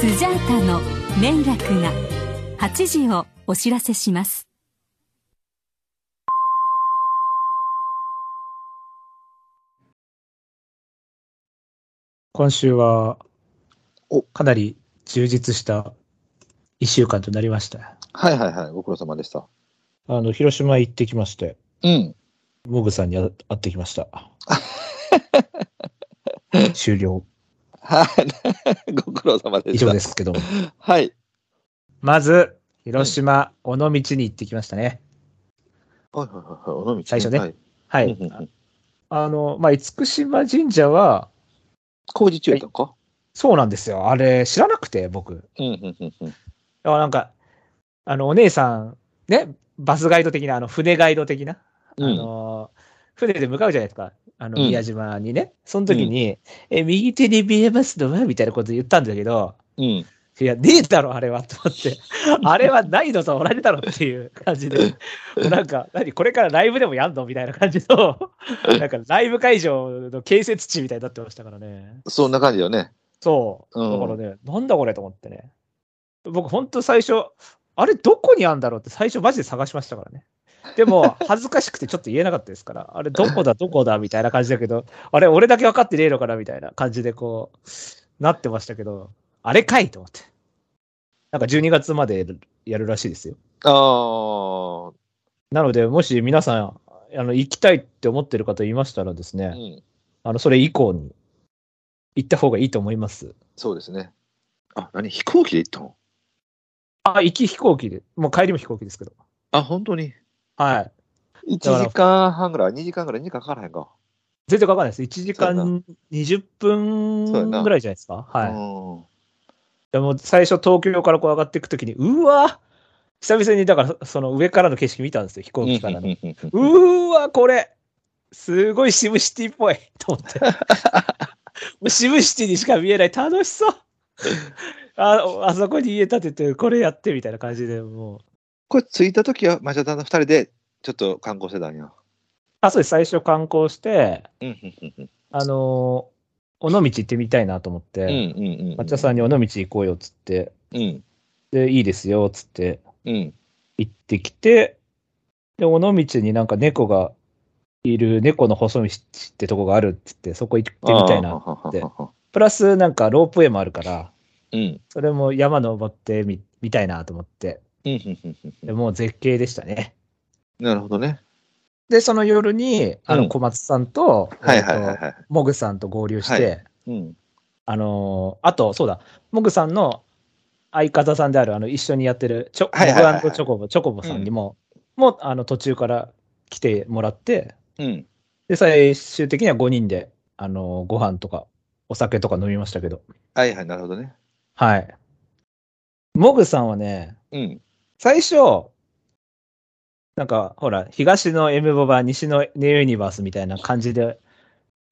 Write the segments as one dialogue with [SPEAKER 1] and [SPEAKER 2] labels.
[SPEAKER 1] スジャータの名楽が8時をお知らせします
[SPEAKER 2] 今週は、かなり充実した1週間となりました。
[SPEAKER 3] はいはいはい、ご苦労様でした。
[SPEAKER 2] あの、広島へ行ってきまして、
[SPEAKER 3] うん。
[SPEAKER 2] モグさんにあ会ってきま した。終了。
[SPEAKER 3] はい。 ご苦労様で
[SPEAKER 2] 以
[SPEAKER 3] した。
[SPEAKER 2] 上ですけど。
[SPEAKER 3] はい。
[SPEAKER 2] まず、広島、尾道に行ってきましたね。
[SPEAKER 3] はいはいはいはい。尾道
[SPEAKER 2] 最初ね
[SPEAKER 3] はい
[SPEAKER 2] は
[SPEAKER 3] うんうんう
[SPEAKER 2] い
[SPEAKER 3] ん。
[SPEAKER 2] あの、まあ、厳島神社は、
[SPEAKER 3] 工事中やったのか、
[SPEAKER 2] そうなんですよ。あれ、知らなくて、僕。
[SPEAKER 3] うんうんうんうん。
[SPEAKER 2] あなんか、あの、お姉さん、ね、バスガイド的な、あの、船ガイド的な、
[SPEAKER 3] うん
[SPEAKER 2] あの、船で向かうじゃないですか。あの、
[SPEAKER 3] うん
[SPEAKER 2] 宮島にね。その時に、え、右手に見えますのはみたいなこと言ったんだけど、
[SPEAKER 3] うん。
[SPEAKER 2] いや、ねえだろ、あれは、と思 って。あれはないのと同じだろっていう感じで。もうなんか、何、これからライブでもやんのみたいな感じ の、なんか、ライブ会場の建設地みたいになってましたからね。
[SPEAKER 3] そんな感じよね。
[SPEAKER 2] そう。
[SPEAKER 3] うん
[SPEAKER 2] だからね、なんだこれと思ってね。僕、ほんと最初、あれ、どこにあんだろうって最初、マジで探しましたからね。で も、恥ずかしくてちょっと言えなかったですから、あれ、どこだ、どこだ、みたいな感じだけど、あれ、俺だけ分かってねえのかな、みたいな感じで、こう、なってましたけど、あれかいと思って。なんか、12月までやるらしいですよ。
[SPEAKER 3] ああ、う
[SPEAKER 2] なので、もし皆さん、あの、行きたいって思ってる方いましたらですね、
[SPEAKER 3] ん。
[SPEAKER 2] あの、それ以降に行った方がいいと思います。
[SPEAKER 3] そうですね。あ、何飛行機で行ったの
[SPEAKER 2] あ、行き飛行機で、もう帰りも飛行機ですけど。
[SPEAKER 3] あ、本当に。
[SPEAKER 2] はい。
[SPEAKER 3] 1
[SPEAKER 2] から
[SPEAKER 3] 時間半ぐらい、2時間ぐらい、2時間かからへんか。
[SPEAKER 2] 全然かかんないです。1時
[SPEAKER 3] そう
[SPEAKER 2] 間20分
[SPEAKER 3] そうやな
[SPEAKER 2] ぐらいじゃないですか。
[SPEAKER 3] う
[SPEAKER 2] はい。
[SPEAKER 3] ん
[SPEAKER 2] でも最初東京からこう上がっていくときに、うわ久々にだからその上からの景色見たんですよ、飛行機からの。うーわこれすごいシムシティっぽい と思って。もうシムシティにしか見えない。楽しそうああそこに家建てて、これやってみたいな感じで、もう。
[SPEAKER 3] これ着いた時は、マシャタの2人で、ちょっと観光してたんや。
[SPEAKER 2] あ、そうです。最初観光して、
[SPEAKER 3] うんうんうんうん
[SPEAKER 2] あのー尾道行ってみたいなと思って、
[SPEAKER 3] うんうんうん。
[SPEAKER 2] 抹茶さんに尾道行こうよっつって、
[SPEAKER 3] うん。
[SPEAKER 2] で、いいですよっつって
[SPEAKER 3] うん。
[SPEAKER 2] 行ってきて、で、尾道になんか猫がいる猫の細道ってとこがあるっつって、そこ行ってみたい
[SPEAKER 3] あ
[SPEAKER 2] な。
[SPEAKER 3] ー
[SPEAKER 2] てプラスなんかロープウェイもあるから、
[SPEAKER 3] うん。
[SPEAKER 2] それも山登ってみ見たいなと思って、
[SPEAKER 3] うんうんうんうん
[SPEAKER 2] でもう絶景でしたね。
[SPEAKER 3] なるほどね。
[SPEAKER 2] で、その夜に、あ
[SPEAKER 3] う
[SPEAKER 2] の、
[SPEAKER 3] ん
[SPEAKER 2] 小松さんと、
[SPEAKER 3] はいはいはい
[SPEAKER 2] えっと
[SPEAKER 3] はい。
[SPEAKER 2] モグさんと合流して、
[SPEAKER 3] はいうん。
[SPEAKER 2] あのーあと、そうだ、モグさんの相方さんである、あの、一緒にやってる、チョ、
[SPEAKER 3] はいはいはいはい
[SPEAKER 2] モグチョコボ、チョコボさんにも、もう、あの、途中から来てもらって、
[SPEAKER 3] うん。
[SPEAKER 2] で、最終的には5人で、あのーご飯とか、お酒とか飲みましたけど、
[SPEAKER 3] はいはい、なるほどね。
[SPEAKER 2] はい。モグさんはね、
[SPEAKER 3] うん。
[SPEAKER 2] 最初、なんか、ほら、東のエムボバ、西のネオユニバースみたいな感じで、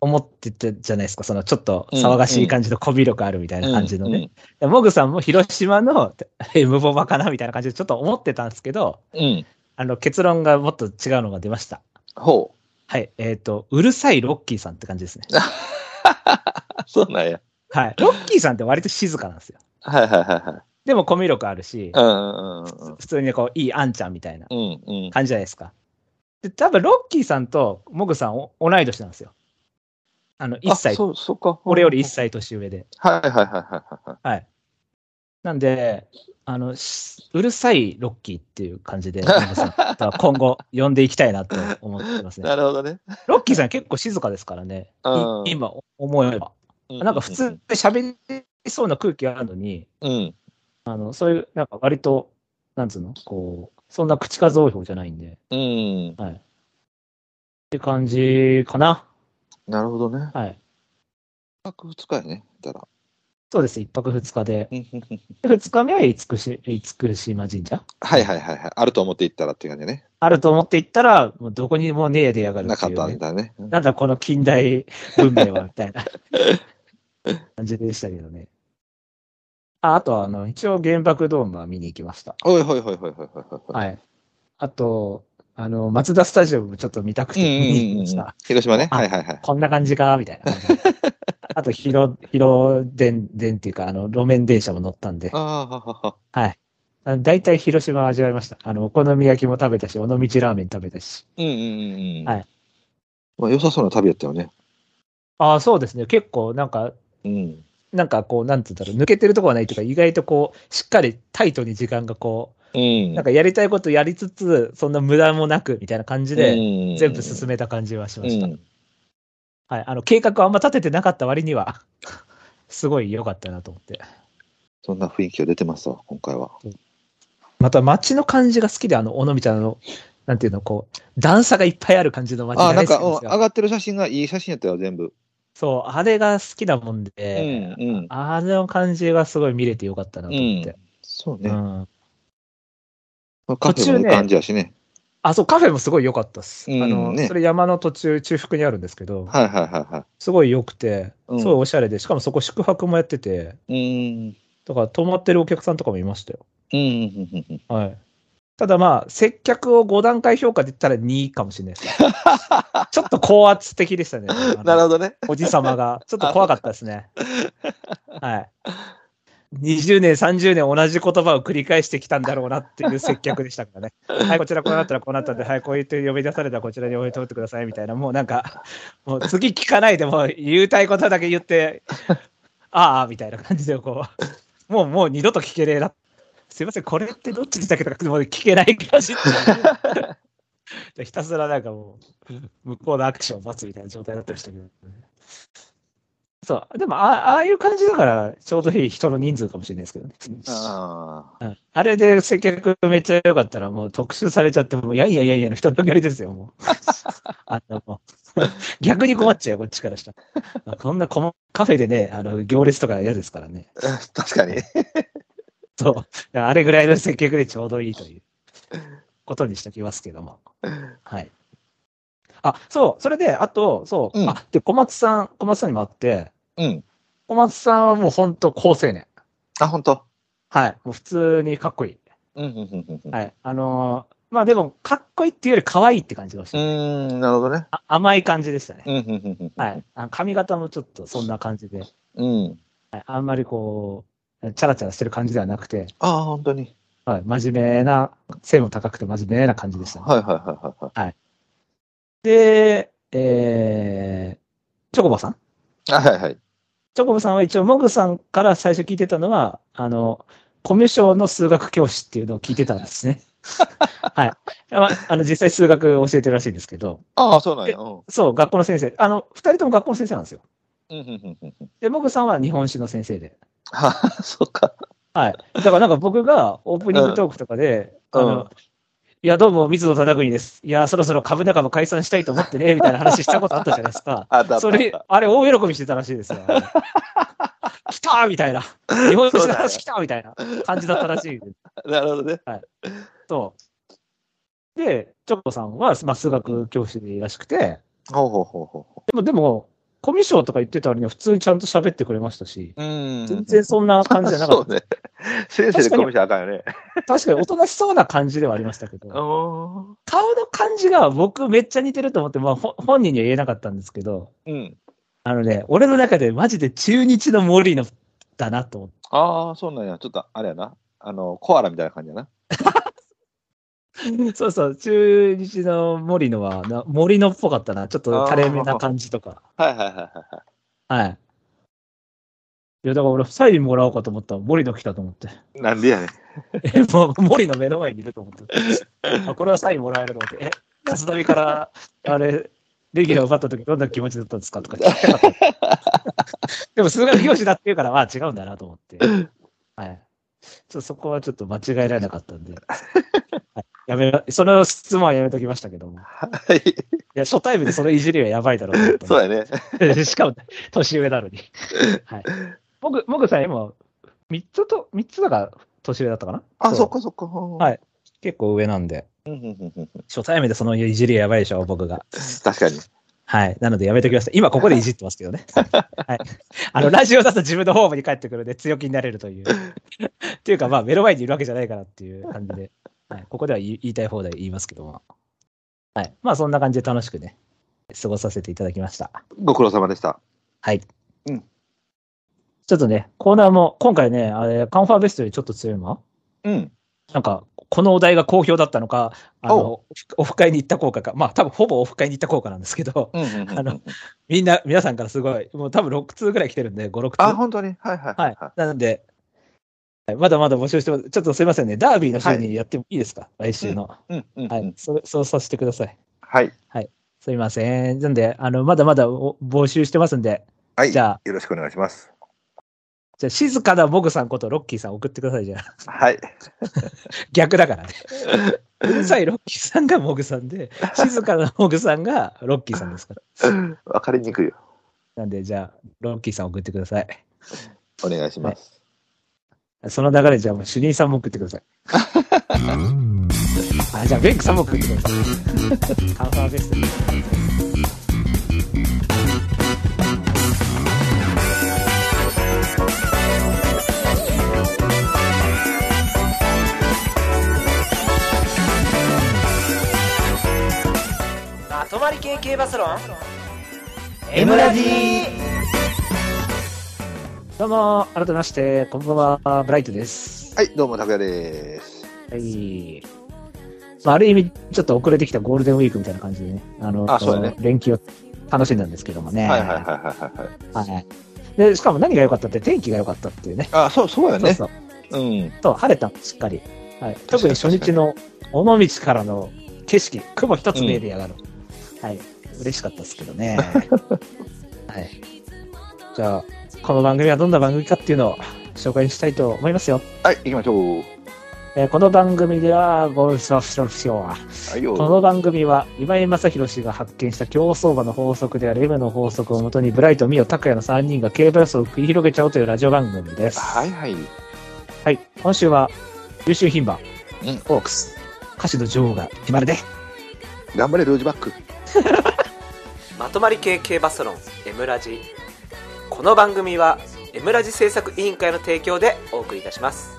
[SPEAKER 2] 思ってたじゃないですか、そのちょっと騒がしい感じのこび力あるみたいな感じのね。でモグさんも広島の えムボバかなみたいな感じでちょっと思ってたんですけど、
[SPEAKER 3] うん。うん。
[SPEAKER 2] あの結論がもっと違うのが出ました。
[SPEAKER 3] ほう。
[SPEAKER 2] はい。えっ、と、うるさいロッキーさんって感じ ですね。
[SPEAKER 3] あ、そうなんや。
[SPEAKER 2] はい。ロッキーさんって割と静かなんですよ。
[SPEAKER 3] はいはいはいはい。
[SPEAKER 2] でもコミュ力あるし、
[SPEAKER 3] うんうん
[SPEAKER 2] 普通にこう、いいあんちゃんみたいな
[SPEAKER 3] うんうん。うんうん。
[SPEAKER 2] 感じじゃないですか。で、多分ロッキーさんとモグさんお同い年なんですよ。あの、1
[SPEAKER 3] あ
[SPEAKER 2] 歳、
[SPEAKER 3] そう、そうか。
[SPEAKER 2] 俺より1。歳年上で。
[SPEAKER 3] はいはいはいはいはい。
[SPEAKER 2] はい。なんで、あの、しうるさいロッキーっていう感じで、皆さん とは今後呼んでいきたいなと思ってますね
[SPEAKER 3] な。るほどね。
[SPEAKER 2] ロッキーさん結構静かですからね、い
[SPEAKER 3] うん
[SPEAKER 2] 今思えば。なんか普通で喋りそうな空気があるのに、
[SPEAKER 3] うん。
[SPEAKER 2] あの、そういう、なんか割と、なんつうの、こう、そんな口数多い方じゃないんで、っ
[SPEAKER 3] うん。
[SPEAKER 2] て感じかな。
[SPEAKER 3] なるほどね。
[SPEAKER 2] はい。
[SPEAKER 3] 一泊二日やね。だから。
[SPEAKER 2] そうです、一泊二日で。
[SPEAKER 3] うんうんうん
[SPEAKER 2] で二日目は厳し厳島神社
[SPEAKER 3] はいはいはいはい。あると思って行ったらっていう感じね。
[SPEAKER 2] あると思って行ったら、もうどこにもねえでやがる
[SPEAKER 3] な
[SPEAKER 2] って
[SPEAKER 3] か
[SPEAKER 2] い
[SPEAKER 3] っ
[SPEAKER 2] う、ね。
[SPEAKER 3] たんだね。うん
[SPEAKER 2] なんだこの近代文明はみたいな感じでしたけどね。ああとはあの、一応原爆ドームは見に行きました。
[SPEAKER 3] おいほいほいほいほいほいほい。
[SPEAKER 2] はい。あと、あの、マツダスタジアムもちょっと見たくて
[SPEAKER 3] うん
[SPEAKER 2] 見に行き
[SPEAKER 3] うん
[SPEAKER 2] まし
[SPEAKER 3] うんうん
[SPEAKER 2] た。。
[SPEAKER 3] 広島ね。
[SPEAKER 2] あ
[SPEAKER 3] はいはいはい。
[SPEAKER 2] こんな感じかみたいな感じ。あと、広、広電、電っていうか、あの、路面電車も乗ったんで、
[SPEAKER 3] あーははは
[SPEAKER 2] あの大体広島を味わいました。あの、お好み焼きも食べたし、尾道ラーメン食べたし。
[SPEAKER 3] うんうんうんうん。
[SPEAKER 2] はい。
[SPEAKER 3] まあ、良さそうな旅やったよね。
[SPEAKER 2] ああ、そうですね。結構、なんか、
[SPEAKER 3] うん。
[SPEAKER 2] なんかこう、なんて言うんだろう、抜けてるとこはないというか、意外とこう、しっかりタイトに時間がこう、
[SPEAKER 3] うん。
[SPEAKER 2] なんかやりたいことやりつつ、そんな無駄もなく、みたいな感じで、
[SPEAKER 3] で
[SPEAKER 2] 全部進めた感じはしました。
[SPEAKER 3] うん
[SPEAKER 2] はい。あの、計画はあんま立ててなかった割には、 すごい良かったなと思って。
[SPEAKER 3] そんな雰囲気が出てますわ、今回は。
[SPEAKER 2] また街の感じが好きで、あの、尾道の、なんていうの、こう、段差がいっぱいある感じの街
[SPEAKER 3] あー、な
[SPEAKER 2] 大
[SPEAKER 3] ん
[SPEAKER 2] 好き
[SPEAKER 3] か、
[SPEAKER 2] な
[SPEAKER 3] うん
[SPEAKER 2] で
[SPEAKER 3] ん
[SPEAKER 2] すよ
[SPEAKER 3] 上がってる写真がいい写真やったよ、全部。
[SPEAKER 2] そう、あれが好きなもん
[SPEAKER 3] う
[SPEAKER 2] で、
[SPEAKER 3] んうん。
[SPEAKER 2] あの感じがすごい見れてよかったなと思って。
[SPEAKER 3] そう
[SPEAKER 2] う
[SPEAKER 3] ね。
[SPEAKER 2] ん。
[SPEAKER 3] まあカフェ
[SPEAKER 2] 途中
[SPEAKER 3] もいい
[SPEAKER 2] ね
[SPEAKER 3] 感じやしね。
[SPEAKER 2] あ、そう、カフェもすごい良かったっす。
[SPEAKER 3] うん
[SPEAKER 2] あの、
[SPEAKER 3] ね
[SPEAKER 2] それ山の途中、中腹にあるんですけど、
[SPEAKER 3] はいはいはいは
[SPEAKER 2] すごい良くて、
[SPEAKER 3] うん
[SPEAKER 2] すごいおしゃれで、しかもそこ宿泊もやってて、
[SPEAKER 3] い。うん。
[SPEAKER 2] だから泊まってるお客さんとかもいましたよ。
[SPEAKER 3] うんうんうんうん。
[SPEAKER 2] はい。ただまあ、接客を5段階評価で言ったら2かもしれない です。ちょっと高圧的でしたね。あの
[SPEAKER 3] なるほどね。
[SPEAKER 2] おじさまが。ちょっと怖かったですね。はい。20年、30年同じ言葉を繰り返してきたんだろうなっていう接客でしたからね。はい、こちらこうなったらこうなったんで、はい、こう言って呼び出されたらこちらに呼び止めてくださいみたいな、もうなんか、もう次聞かないでもう言いたいことだけ言って、 ああ、みたいな感じでこう、もうもう二度と聞けねえな。すいません、これってどっちでしたっけとか、もう聞けない感じ。 でひたすらなんかもう、向こうのアクションを待つみたいな状態になってましたけど、そう、でもあ、ああいう感じだから、ちょうどいい人の人数かもしれないですけどね。
[SPEAKER 3] あ
[SPEAKER 2] うんあれで接客めっちゃ良かったら、もう特集されちゃって、もういやいやいやいやの人だけりですよ、もう。あの、もう逆に困っちゃうよ、こっちからしたら。こんなこもカフェでね、あの、行列とか嫌ですからね。
[SPEAKER 3] あ。 確かに。
[SPEAKER 2] そう。あれぐらいの接客でちょうどいいということにしときますけども。はい。あ、そう、それで、あと、そう、
[SPEAKER 3] うん
[SPEAKER 2] あ、で、小松さん、小松さんにもあって、
[SPEAKER 3] うん。
[SPEAKER 2] 小松さんはもう本当高青年。
[SPEAKER 3] あ、本当。
[SPEAKER 2] はい。もう普通にかっこいい。
[SPEAKER 3] うんうんうんうんうん。
[SPEAKER 2] はい。あのーまあでも、かっこいいっていうより可愛いって感じがし
[SPEAKER 3] う
[SPEAKER 2] た。
[SPEAKER 3] ーん、なるほどね。
[SPEAKER 2] あ甘い感じでしたね。
[SPEAKER 3] うんうんうんうん。
[SPEAKER 2] はい。あの髪型もちょっとそんな感じで、
[SPEAKER 3] うん。
[SPEAKER 2] はいあんまりこう、チャラチャラしてる感じではなくて、
[SPEAKER 3] ああ、本当に。
[SPEAKER 2] はい、真面目な、背も高くて真面目な感じでしたね。
[SPEAKER 3] はいはいはいはいは
[SPEAKER 2] で、えー、チョコボさん
[SPEAKER 3] い。あはいはい。
[SPEAKER 2] チョコボさんは一応、モグさんから最初聞いてたのは、あの、コミュ障の数学教師っていうのを聞いてたんです ね。はい。まあ、あの、実際数学教えてるらしいんですけど、
[SPEAKER 3] ああ、そうなんや。うん。うん
[SPEAKER 2] そう、学校の先生。あの、二人とも学校の先生なんですよ。
[SPEAKER 3] うんうんうんうん。
[SPEAKER 2] で、モグさんは日本史の先生で。
[SPEAKER 3] はあ、 そうか。
[SPEAKER 2] はい。だからなんか僕がオープニングトークとかで、
[SPEAKER 3] うん
[SPEAKER 2] あの、
[SPEAKER 3] うん
[SPEAKER 2] いや、どうも、水野忠邦です。いや、そろそろ株仲も解散したいと思ってね、みたいな話したことあったじゃないですか。
[SPEAKER 3] あ だ
[SPEAKER 2] それ、あれ、大喜びしてたらしいですよ。 来たーみたいな。日本
[SPEAKER 3] そ
[SPEAKER 2] 史の
[SPEAKER 3] うだね
[SPEAKER 2] 話来たーみたいな感じだったらしいんで。
[SPEAKER 3] なるほどね。
[SPEAKER 2] そう。で、チョコさんは、まあ、数学教師らしくて、で
[SPEAKER 3] ほうほうほうほうほ
[SPEAKER 2] も、でも、コミュ障とか言ってた割には普通にちゃんと喋ってくれましたし、
[SPEAKER 3] う。うん。
[SPEAKER 2] 全然そんな感じじゃなか
[SPEAKER 3] そ
[SPEAKER 2] っ
[SPEAKER 3] うね。先生でコミュ障あかんよね。
[SPEAKER 2] た。確かにおとなしそうな感じではありましたけど、
[SPEAKER 3] お
[SPEAKER 2] 顔の感じが僕めっちゃ似てると思って、まあ、ほ本人には言えなかったんですけど、
[SPEAKER 3] ーうん。
[SPEAKER 2] あのね、俺の中でマジで中日の森のだなと思って。
[SPEAKER 3] ああ、そうなんや。ちょっとあれやな。あの、コアラみたいな感じやな。
[SPEAKER 2] そうそう、中日の森野はな、森野っぽかったな。ちょっと垂れ目な感じとか。
[SPEAKER 3] はいはいはいはいは
[SPEAKER 2] はい。いや、だから俺、サインもらおうかと思ったら、森野来たと思って。
[SPEAKER 3] い。なんでやねん。
[SPEAKER 2] え、もう、森野目の前にいると思って。あ、これはサインもらえると思って。え、安田美から、あれ、レギュラー奪った時どんな気持ちだったんですかとか聞きたかった。でも、数学教師だって言うから、まあ違うんだなと思って。はい。ちょっとそこはちょっと間違えられなかったんで。はいやめな、その質問はやめときましたけども。
[SPEAKER 3] はい。
[SPEAKER 2] いや、初対面でそのいじりはやばいだろうと
[SPEAKER 3] そ
[SPEAKER 2] 思
[SPEAKER 3] う
[SPEAKER 2] っ
[SPEAKER 3] やね。
[SPEAKER 2] て。 しかも、年上なのに。はい。僕、僕さ、今、3つと、三つだから年上だったかな
[SPEAKER 3] あ、そっ
[SPEAKER 2] う
[SPEAKER 3] かそっか。はい
[SPEAKER 2] 結構上なんで。
[SPEAKER 3] うんうんうんうんうん
[SPEAKER 2] 初対面でそのいじりはやばいでしょ、僕が。
[SPEAKER 3] 確かに。
[SPEAKER 2] はい。なのでやめてください。今 ここでいじってますけどね。はい。あの、ラジオだと自分のホームに帰ってくるんで強気になれるという。っていうか、まあ、目の前にいるわけじゃないからっていう感じで、はい、ここでは言い言いたい放題言いますけども。はい。まあ、そんな感じで楽しくね、過ごさせていただきました。
[SPEAKER 3] ご苦労様でした。
[SPEAKER 2] はい。
[SPEAKER 3] うん。
[SPEAKER 2] ちょっとね、コーナーも、今回ね、あれ、カンファーベストよりちょっと強いの
[SPEAKER 3] うん。
[SPEAKER 2] なんか、このお題が好評だったのか、あの、オフ会に行った効果か、まあ多分ほぼオフ会に行った効果なんですけど、
[SPEAKER 3] うんうんうんうん
[SPEAKER 2] あのみんな、皆さんからすごい、もう多分6通ぐらい来てるんで、5、6通。
[SPEAKER 3] あ、本当に。はいはい
[SPEAKER 2] はい。なので、はいまだまだ募集してます。ちょっとすいませんね。ダービーの週にやってもいいですか、来週の。
[SPEAKER 3] い。うんうんうん
[SPEAKER 2] はい、そ。そうさせてください。
[SPEAKER 3] はい。
[SPEAKER 2] すいません。なんで、あの、まだまだお募集してますんで、
[SPEAKER 3] はい。
[SPEAKER 2] じゃあ
[SPEAKER 3] よろしくお願いします。
[SPEAKER 2] じゃあ静かなモグさんことロッキーさん送ってくださいじゃあ。
[SPEAKER 3] はい。
[SPEAKER 2] 逆だ からね。うるさいロッキーさんがモグさんで、静かなモグさんがロッキーさんですから。
[SPEAKER 3] わかりにくいよ。
[SPEAKER 2] なんで、じゃあ、ロッキーさん送ってください。
[SPEAKER 3] お願いします。
[SPEAKER 2] その流れじゃあもう主任さんも送ってください。あじゃあベンクさんも送ってください。カンファーベストに。
[SPEAKER 4] まとまり系系バスロン
[SPEAKER 2] エムラジどうも、改めまして、こんばんは、ブライトです。
[SPEAKER 3] はい、どうも、拓也です。
[SPEAKER 2] はい。まあ、ある意味、ちょっと遅れてきたゴールデンウィークみたいな感じでね、あの、
[SPEAKER 3] あそうだね
[SPEAKER 2] 連休を楽しんだんですけどもね。
[SPEAKER 3] はいはいはいはいはいはい。
[SPEAKER 2] はい。で、しかも何が良かったって、天気が良かったっていうね。
[SPEAKER 3] あ、そう、そうやね。
[SPEAKER 2] そう
[SPEAKER 3] うん。
[SPEAKER 2] そう。と、晴れた、しっかり。はい。
[SPEAKER 3] かに
[SPEAKER 2] 特に初日の尾道からの景色、雲一つ見えてやがる。はい。嬉しかったですけど ね。はい。じゃあ、この番組はどんな番組かっていうのを紹介したいと思いますよ。
[SPEAKER 3] はい、行きましょう。
[SPEAKER 2] えーこの番組では、ゴールスワフショフショは、
[SPEAKER 3] はいよ。
[SPEAKER 2] この番組は今井正弘氏が発見した競走馬の法則である M の法則をもとにブライト、ミオ、拓也の3人が競馬予想を繰り広げちゃおうというラジオ番組です。。
[SPEAKER 3] はいいはい。
[SPEAKER 2] はい、今週は優秀牝馬、
[SPEAKER 3] うん
[SPEAKER 2] オークス、歌手の女王が決まるで、
[SPEAKER 3] 頑張れ、ルージバック。
[SPEAKER 4] まとまり系系バスロンエムラジこの番組はエムラジ制作委員会の提供でお送りいたします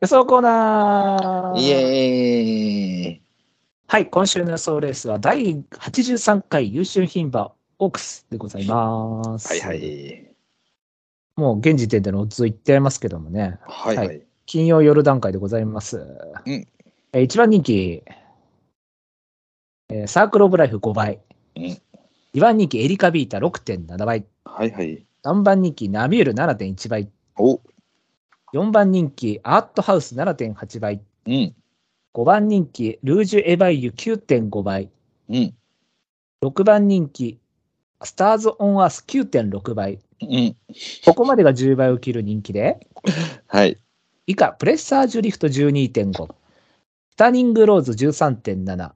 [SPEAKER 2] 予想コーナー
[SPEAKER 3] イエーイ。
[SPEAKER 2] はい、今週の予想レースは第83回優秀牝馬、オークスでございます。
[SPEAKER 3] はいは。い。
[SPEAKER 2] もう現時点でのオッズを言ってやりますけどもね。
[SPEAKER 3] はいはい。
[SPEAKER 2] 金曜夜段階でございます。
[SPEAKER 3] ん
[SPEAKER 2] えー一番人気、えーサークルオブライフ5倍。
[SPEAKER 3] うん
[SPEAKER 2] 二番人気、エリカビータ6.7倍。
[SPEAKER 3] はいはい。
[SPEAKER 2] 3番人気、ナミュール7.1倍。
[SPEAKER 3] お、
[SPEAKER 2] 4番人気、アートハウス7.8倍。
[SPEAKER 3] うん、
[SPEAKER 2] 5番人気、ルージュ・エヴァイユ9.5倍。
[SPEAKER 3] うん、
[SPEAKER 2] 6番人気、スターズ・オン・アース9.6倍。
[SPEAKER 3] うん。
[SPEAKER 2] ここまでが10倍を切る人気で、
[SPEAKER 3] はい。
[SPEAKER 2] 以下、プレッサージュリフト12.5、スタニング・ローズ13.7、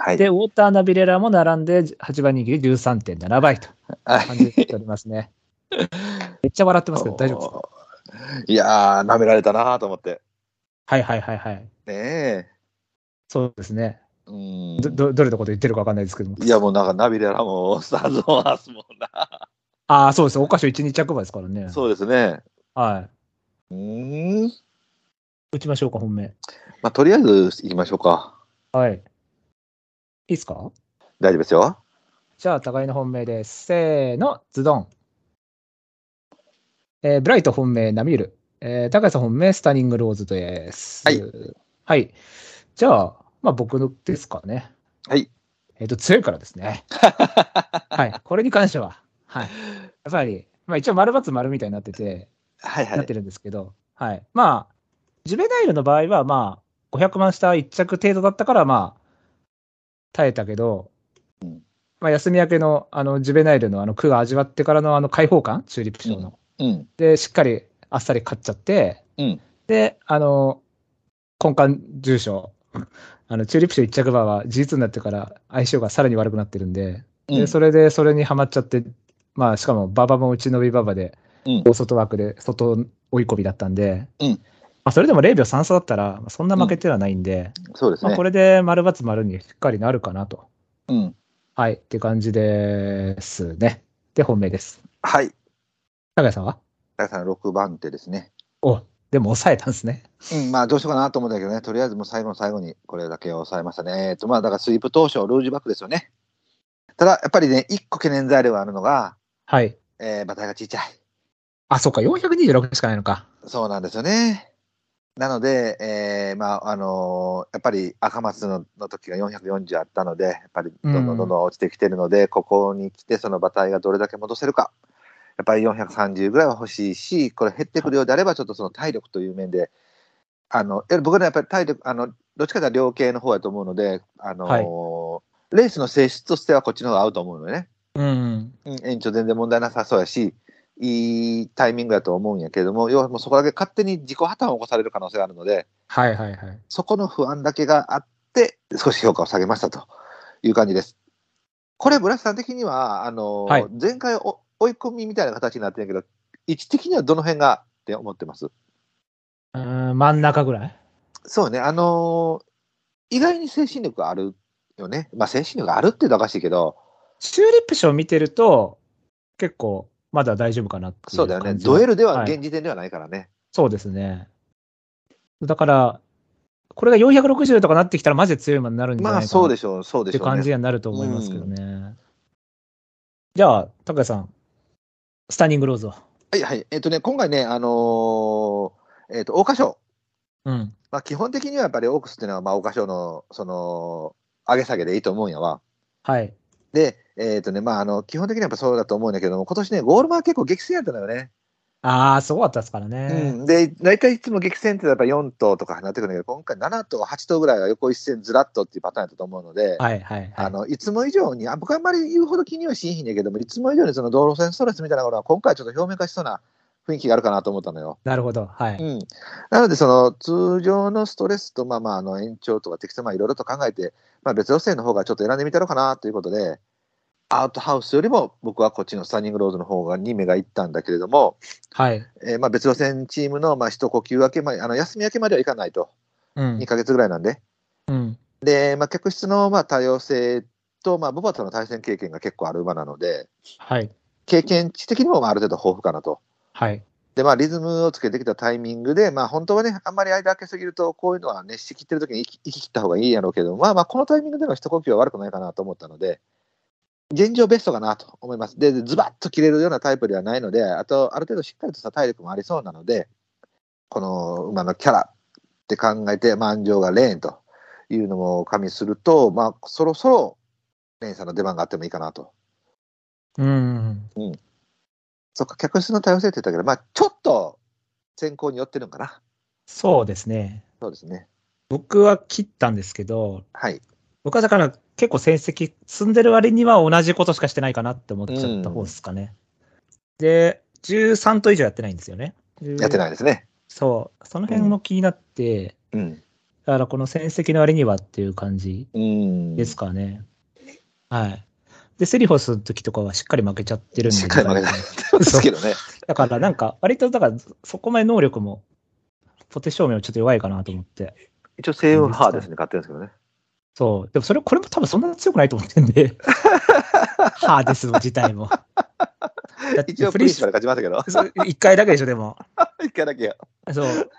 [SPEAKER 3] はい。
[SPEAKER 2] で、ウォーターナビレラも並んで、8番人気で13.7倍と
[SPEAKER 3] は
[SPEAKER 2] 感じになっております ね。めっちゃ笑ってますけど、大丈夫ですか
[SPEAKER 3] いやー、舐められたなーと思って。
[SPEAKER 2] はいはいはいはい。
[SPEAKER 3] ねえ。
[SPEAKER 2] そうですね。
[SPEAKER 3] うん。
[SPEAKER 2] ど、どどれのこと言ってるか分かんないですけども。
[SPEAKER 3] いや、もうなんかナビレラも、スターズオンアースもな。
[SPEAKER 2] ああ、そうです。お菓子1、2着馬ですからね。
[SPEAKER 3] そうですね。
[SPEAKER 2] はい。
[SPEAKER 3] うーん。
[SPEAKER 2] 打ちましょうか、本命。
[SPEAKER 3] まあ、とりあえず行きましょうか。
[SPEAKER 2] はい。いいですか
[SPEAKER 3] 大丈夫ですよ。
[SPEAKER 2] じゃあ、互いの本命です。せーの、ズドン。えーブライト本命、ナミュール。えー、高橋さん本命、スタニングローズです。
[SPEAKER 3] はい。
[SPEAKER 2] はい。じゃあ、まあ僕のですかね。
[SPEAKER 3] はい。
[SPEAKER 2] えっ、と、強いからです ね。はい。これに関しては、はい。やっぱり、まあ一応丸×丸みたいになってて、
[SPEAKER 3] はいは
[SPEAKER 2] なって
[SPEAKER 3] い。
[SPEAKER 2] るんですけど、はい。まあ、ジュベナイルの場合は、まあ、500万下1着程度だったから、まあ、耐えたけど、
[SPEAKER 3] うん
[SPEAKER 2] まあ、休み明けの、あの、ジュベナイルの、あの、苦が味わってからの、あの、解放感、チューリップ賞の。
[SPEAKER 3] うん。
[SPEAKER 2] で、しっかりあっさり勝っちゃって、
[SPEAKER 3] うん
[SPEAKER 2] で、あの、根幹重賞、 あの、チューリップ賞1着馬は事実になってから相性がさらに悪くなってるんで、
[SPEAKER 3] う
[SPEAKER 2] で
[SPEAKER 3] ん
[SPEAKER 2] それで、それにはまっちゃって、まあ、しかも、馬場も内伸び馬場で、
[SPEAKER 3] うん
[SPEAKER 2] 大外枠で、外追い込みだったんで、
[SPEAKER 3] うん
[SPEAKER 2] まあ、それでも0秒3差だったら、そんな負けてはないんで、
[SPEAKER 3] そうです
[SPEAKER 2] まあ、
[SPEAKER 3] ね
[SPEAKER 2] こ。れで丸×丸にしっかりなるかなと。
[SPEAKER 3] うん。
[SPEAKER 2] はい、って感じですね。で、本命です。
[SPEAKER 3] はい。
[SPEAKER 2] 高井さんは
[SPEAKER 3] だから6番手ですね。
[SPEAKER 2] おでも抑えたんですね。
[SPEAKER 3] うん、まあどうしようかなと思ったけどね、とりあえずもう最後の最後にこれだけ抑えましたね。えっと、まあだからスイープ当初、ルージュバックですよね。ただ、やっぱりね、一個懸念材料があるのが、
[SPEAKER 2] はい。
[SPEAKER 3] えー、馬体がちっちゃい。
[SPEAKER 2] あ、そうか、426しかないのか。
[SPEAKER 3] そうなんですよね。なので、えーまああのーやっぱり赤松のの時が440あったので、やっぱりどんどんどんどん落ちてきてるので、ここに来て、その馬体がどれだけ戻せるか、やっぱり430ぐらいは欲しいし、これ減ってくるようであれば、ちょっとその体力という面で、あのいや僕らやっぱり体力、あのどっちかというと量系の方やと思うので、あのーレースの性質としてはこっちの方が合うと思うのね。
[SPEAKER 2] うん。
[SPEAKER 3] うん延長全然問題なさそうやし、いいタイミングだと思うんやけれども、要はもうそこだけ勝手に自己破綻を起こされる可能性があるので、
[SPEAKER 2] はいはいはい。
[SPEAKER 3] そこの不安だけがあって、少し評価を下げましたという感じです。これ、ブラスさん的には、あの
[SPEAKER 2] はい
[SPEAKER 3] 前回お追い込みみたいな形になってるけど、位置的にはどの辺がって思ってます
[SPEAKER 2] うーん、真ん中ぐらい
[SPEAKER 3] そうね、あのー意外に精神力あるよね。まあ、精神力あるって言うとおかしいけど、
[SPEAKER 2] チューリップ賞見てると、結構、まだ大丈夫かなってい
[SPEAKER 3] そうだよね、ドエルでは、現時点ではないからね。
[SPEAKER 2] そうですね。だから、これが460とかなってきたら、マジで強い馬になるんじゃない
[SPEAKER 3] ま
[SPEAKER 2] か
[SPEAKER 3] あ、
[SPEAKER 2] な
[SPEAKER 3] そうでしょう、そう
[SPEAKER 2] っ
[SPEAKER 3] で
[SPEAKER 2] て
[SPEAKER 3] しょう、
[SPEAKER 2] 感
[SPEAKER 3] ね
[SPEAKER 2] じ。になると思いますけどね。じゃあ、高谷さん、スタンディングローズを。
[SPEAKER 3] はいはい。えっ、とね、今回ね、あのーえっ、と、桜花賞。
[SPEAKER 2] うん。
[SPEAKER 3] まあ、基本的にはやっぱりオークスっていうのは、まあ、桜花賞の、その、上げ下げでいいと思うんやわ。
[SPEAKER 2] はい。
[SPEAKER 3] で、えっ、とね、まあ、あの、基本的にはやっぱそうだと思うんだけども、今年ね、ゴール前は結構激戦やったのよね。
[SPEAKER 2] ああ、すごかったですからね。
[SPEAKER 3] うん。で、大体いつも激戦ってやっぱ4頭とかになってくるんだけど、今回7頭、8頭ぐらいが横一線ずらっとっていうパターンやったと思うので、
[SPEAKER 2] はいはいはい。
[SPEAKER 3] あのいつも以上にあ、僕はあんまり言うほど気にはしんひんだけども、いつも以上にその道路線ストレスみたいなものは、今回はちょっと表面化しそうな雰囲気があるかなと思ったのよ。
[SPEAKER 2] なるほど。は
[SPEAKER 3] う
[SPEAKER 2] い。
[SPEAKER 3] ん、なので、その通常のストレスと、まあまあ、あの延長とか適当、まあいろいろと考えて、まあ、別路線の方がちょっと選んでみたのかなということで、アウトハウスよりも僕はこっちのスタンディングローズの方がに目がいったんだけれども、
[SPEAKER 2] はい。
[SPEAKER 3] えーまあ別路線チームのまあ一呼吸明けまで、あの休み明けまではいかないと、
[SPEAKER 2] うん
[SPEAKER 3] 2。ヶ月ぐらいなんで、
[SPEAKER 2] うん。
[SPEAKER 3] でまあ、客室のまあ多様性と、まあ、ボバとの対戦経験が結構ある馬なので、
[SPEAKER 2] はい。
[SPEAKER 3] 経験値的にもまあある程度豊富かなと。
[SPEAKER 2] はい。
[SPEAKER 3] で、まあ、リズムをつけてきたタイミングで、まあ、本当はね、あんまり間開けすぎると、こういうのは熱し切ってる時に息息切った方がいいやろうけど、まあまあ、このタイミングでの一呼吸は悪くないかなと思ったので、現状ベストかなと思います。で、ズバッと切れるようなタイプではないので、あと、ある程度しっかりとした体力もありそうなので、この馬のキャラって考えて、満場がレーンというのも加味すると、まあ、そろそろレーンさんの出番があってもいいかなと。
[SPEAKER 2] うん。
[SPEAKER 3] そっか、客室の多様性って言ったけど、まあ、ちょっと先行に寄ってるんかな。
[SPEAKER 2] そうですね。
[SPEAKER 3] そうですね。
[SPEAKER 2] 僕は切ったんですけど、
[SPEAKER 3] はい。
[SPEAKER 2] 僕はだから結構成績進んでる割には同じことしかしてないかなって思っちゃった方ですかね。で、13と以上やってないんですよね。
[SPEAKER 3] やって
[SPEAKER 2] い。
[SPEAKER 3] ないですね。
[SPEAKER 2] そう。その辺も気になって、
[SPEAKER 3] うん。
[SPEAKER 2] だからこの戦績の割にはっていう感じ
[SPEAKER 3] うん。
[SPEAKER 2] ですかね。はい。で、セリフォスの時とかはしっかり負けちゃってるんで。
[SPEAKER 3] しっかり負けた。
[SPEAKER 2] う
[SPEAKER 3] ですけどね。
[SPEAKER 2] だからなんか、割とだから、そこまで能力も、ポテ照明はちょっと弱いかなと思って。
[SPEAKER 3] 一応、西洋派ですね、買ってるんですけどね。
[SPEAKER 2] そう。でもそれ、これも多分そんな強くないと思ってん で。ハーデス自体も。だって
[SPEAKER 3] 一応、プリンシパル勝ちましたけど、
[SPEAKER 2] そう一回だけでしょ、でも。
[SPEAKER 3] 一回だけ。
[SPEAKER 2] そう。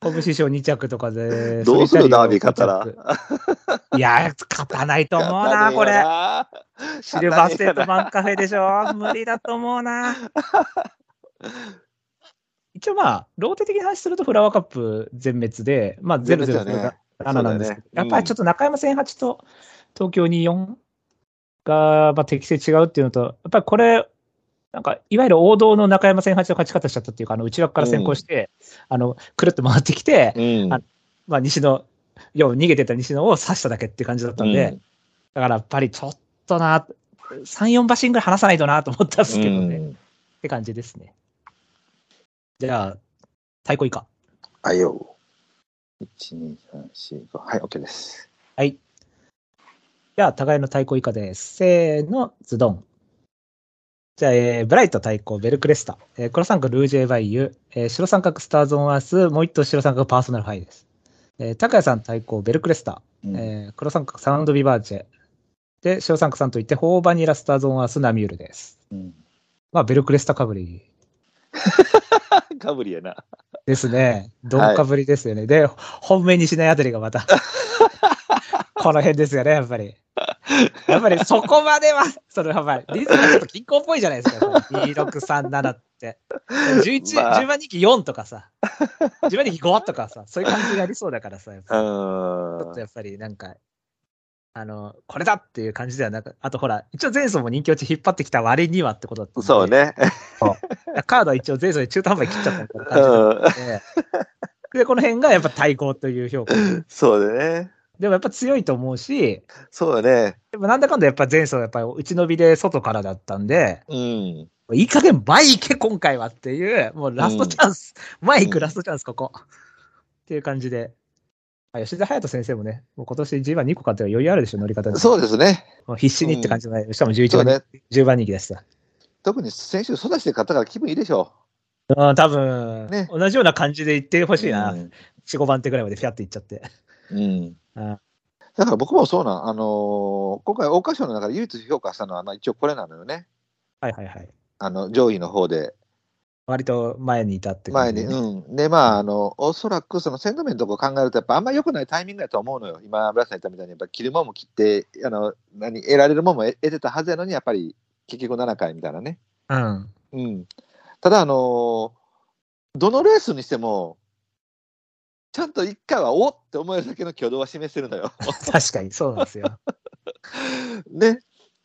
[SPEAKER 2] 拳師匠2着とかで。
[SPEAKER 3] どうす
[SPEAKER 2] ソリタ
[SPEAKER 3] る
[SPEAKER 2] リオ
[SPEAKER 3] ダービー勝ったら
[SPEAKER 2] 5着いや、勝たないと思うな、
[SPEAKER 3] 勝
[SPEAKER 2] こ
[SPEAKER 3] たねえよ
[SPEAKER 2] れ。
[SPEAKER 3] な。
[SPEAKER 2] シルバーステー
[SPEAKER 3] 勝
[SPEAKER 2] ト
[SPEAKER 3] たね
[SPEAKER 2] マンカフェでしょ無理だと思うな。一応まあ、ローテ的な話するとフラワーカップ全滅で、まあ、
[SPEAKER 3] 全滅
[SPEAKER 2] 0-0
[SPEAKER 3] だよね
[SPEAKER 2] が7なんですけど、
[SPEAKER 3] そうだ
[SPEAKER 2] や
[SPEAKER 3] よねうん
[SPEAKER 2] っぱりちょっと中山1008と東京24が、まあ、適性違うっていうのと、やっぱりこれ、なんか、いわゆる王道の中山1008の勝ち方しちゃったっていうか、あの内枠から先行して、あの、くるっと回ってきて、
[SPEAKER 3] えな
[SPEAKER 2] あまあ、西野、要は逃げてた西野を刺しただけっていう感じだったんで、
[SPEAKER 3] うん
[SPEAKER 2] だからやっぱりちょっとな、3、4馬身ぐらい離さないとなと思ったんですけどね、
[SPEAKER 3] う
[SPEAKER 2] っ
[SPEAKER 3] ん
[SPEAKER 2] て感じですね。じゃあ、太鼓以下。
[SPEAKER 3] あいよ。1、2、3、4、5。はい、OK です。
[SPEAKER 2] はい。じゃあ、互いの太鼓以下です。せーの、ズドン。じゃあ、えーブライト対抗、ベルクレスタ、えー黒三角、ルージェバイユ、えー白三角、スターズ・オン・アース、もう一頭、白三角、パーソナル・ハイです。えー、高谷さん対抗、ベルクレスタ、
[SPEAKER 3] うん
[SPEAKER 2] えー黒三角、サウンド・ビバーチェ、で、塩三区さんといて、ホーバニラスターゾーンはスナミュールです。
[SPEAKER 3] うん、
[SPEAKER 2] まあ、ベルクレスタかぶり
[SPEAKER 3] ガブリやな。
[SPEAKER 2] ですね。どんかぶりですよね。で、本命にしないあたりが また、この辺ですよね、やっぱり。やっぱりそこまでは、そのやっぱり、リズムがちょっと均衡っぽいじゃないですか、2637って。11、
[SPEAKER 3] まあ
[SPEAKER 2] 10番人気4とかさ、10番人気5とかさ、そういう感じがありそうだからさ、やっ
[SPEAKER 3] う
[SPEAKER 2] ぱりちょっと
[SPEAKER 3] ー
[SPEAKER 2] や
[SPEAKER 3] ん。
[SPEAKER 2] っぱりなんか、あの、これだっていう感じではなく、あとほら、一応前走も人気落ち引っ張ってきた割にはってことだったんで
[SPEAKER 3] そう。ね。
[SPEAKER 2] カードは一応前走で中途半端に切っちゃったみたいな
[SPEAKER 3] う
[SPEAKER 2] 感じだったんで
[SPEAKER 3] ん。
[SPEAKER 2] で、でこの辺がやっぱ対抗という評価。
[SPEAKER 3] そうだね。
[SPEAKER 2] でもやっぱ強いと思うし、
[SPEAKER 3] そうだね。
[SPEAKER 2] でもなんだかんだやっぱ前走やっぱり内伸びで外からだったんで、
[SPEAKER 3] うん。
[SPEAKER 2] いい加減前行け今回はっていう、もうラストチャンス。前行くラストチャンスここ。っていう感じで。あ吉田隼人先生もね、もう今年 G12 個買っては余裕あるでしょ、乗り方に。
[SPEAKER 3] そうですね。
[SPEAKER 2] もう必死にって感じじゃない。しかも11
[SPEAKER 3] そう
[SPEAKER 2] 番、
[SPEAKER 3] ね。
[SPEAKER 2] 10番人気でした。
[SPEAKER 3] 特に先週、ソダシで買ったから気分いいでしょ。
[SPEAKER 2] うん、多分、
[SPEAKER 3] ね
[SPEAKER 2] 同じような感じで行ってほしいな。
[SPEAKER 3] うん
[SPEAKER 2] 4、5番手ぐらいまでフィャって行っちゃって。
[SPEAKER 3] うん。
[SPEAKER 2] うん
[SPEAKER 3] だから僕もそうなん、あのー今回、桜花賞の中で唯一評価したのは、まあ、一応これなのよね。
[SPEAKER 2] はいはいはい。
[SPEAKER 3] あの上位の方で、
[SPEAKER 2] 割と前にいたって
[SPEAKER 3] 前
[SPEAKER 2] 感じ
[SPEAKER 3] に、
[SPEAKER 2] でね
[SPEAKER 3] うん。で、まあ、あの、おそらく、その、鮮度面のところ考えると、やっぱ、あんま良くないタイミングだと思うのよ。今、村さん言ったみたいに、やっぱ、着るもんも切って、あの、何、得られるもんも得得てたはずやのに、やっぱり、結局7回みたいなね。
[SPEAKER 2] うん。
[SPEAKER 3] うん。ただ、あのーどのレースにしても、ちゃんと1回は、おっって思えるだけの挙動は示してるの よ。
[SPEAKER 2] 確かに、そうなんですよ。
[SPEAKER 3] ね。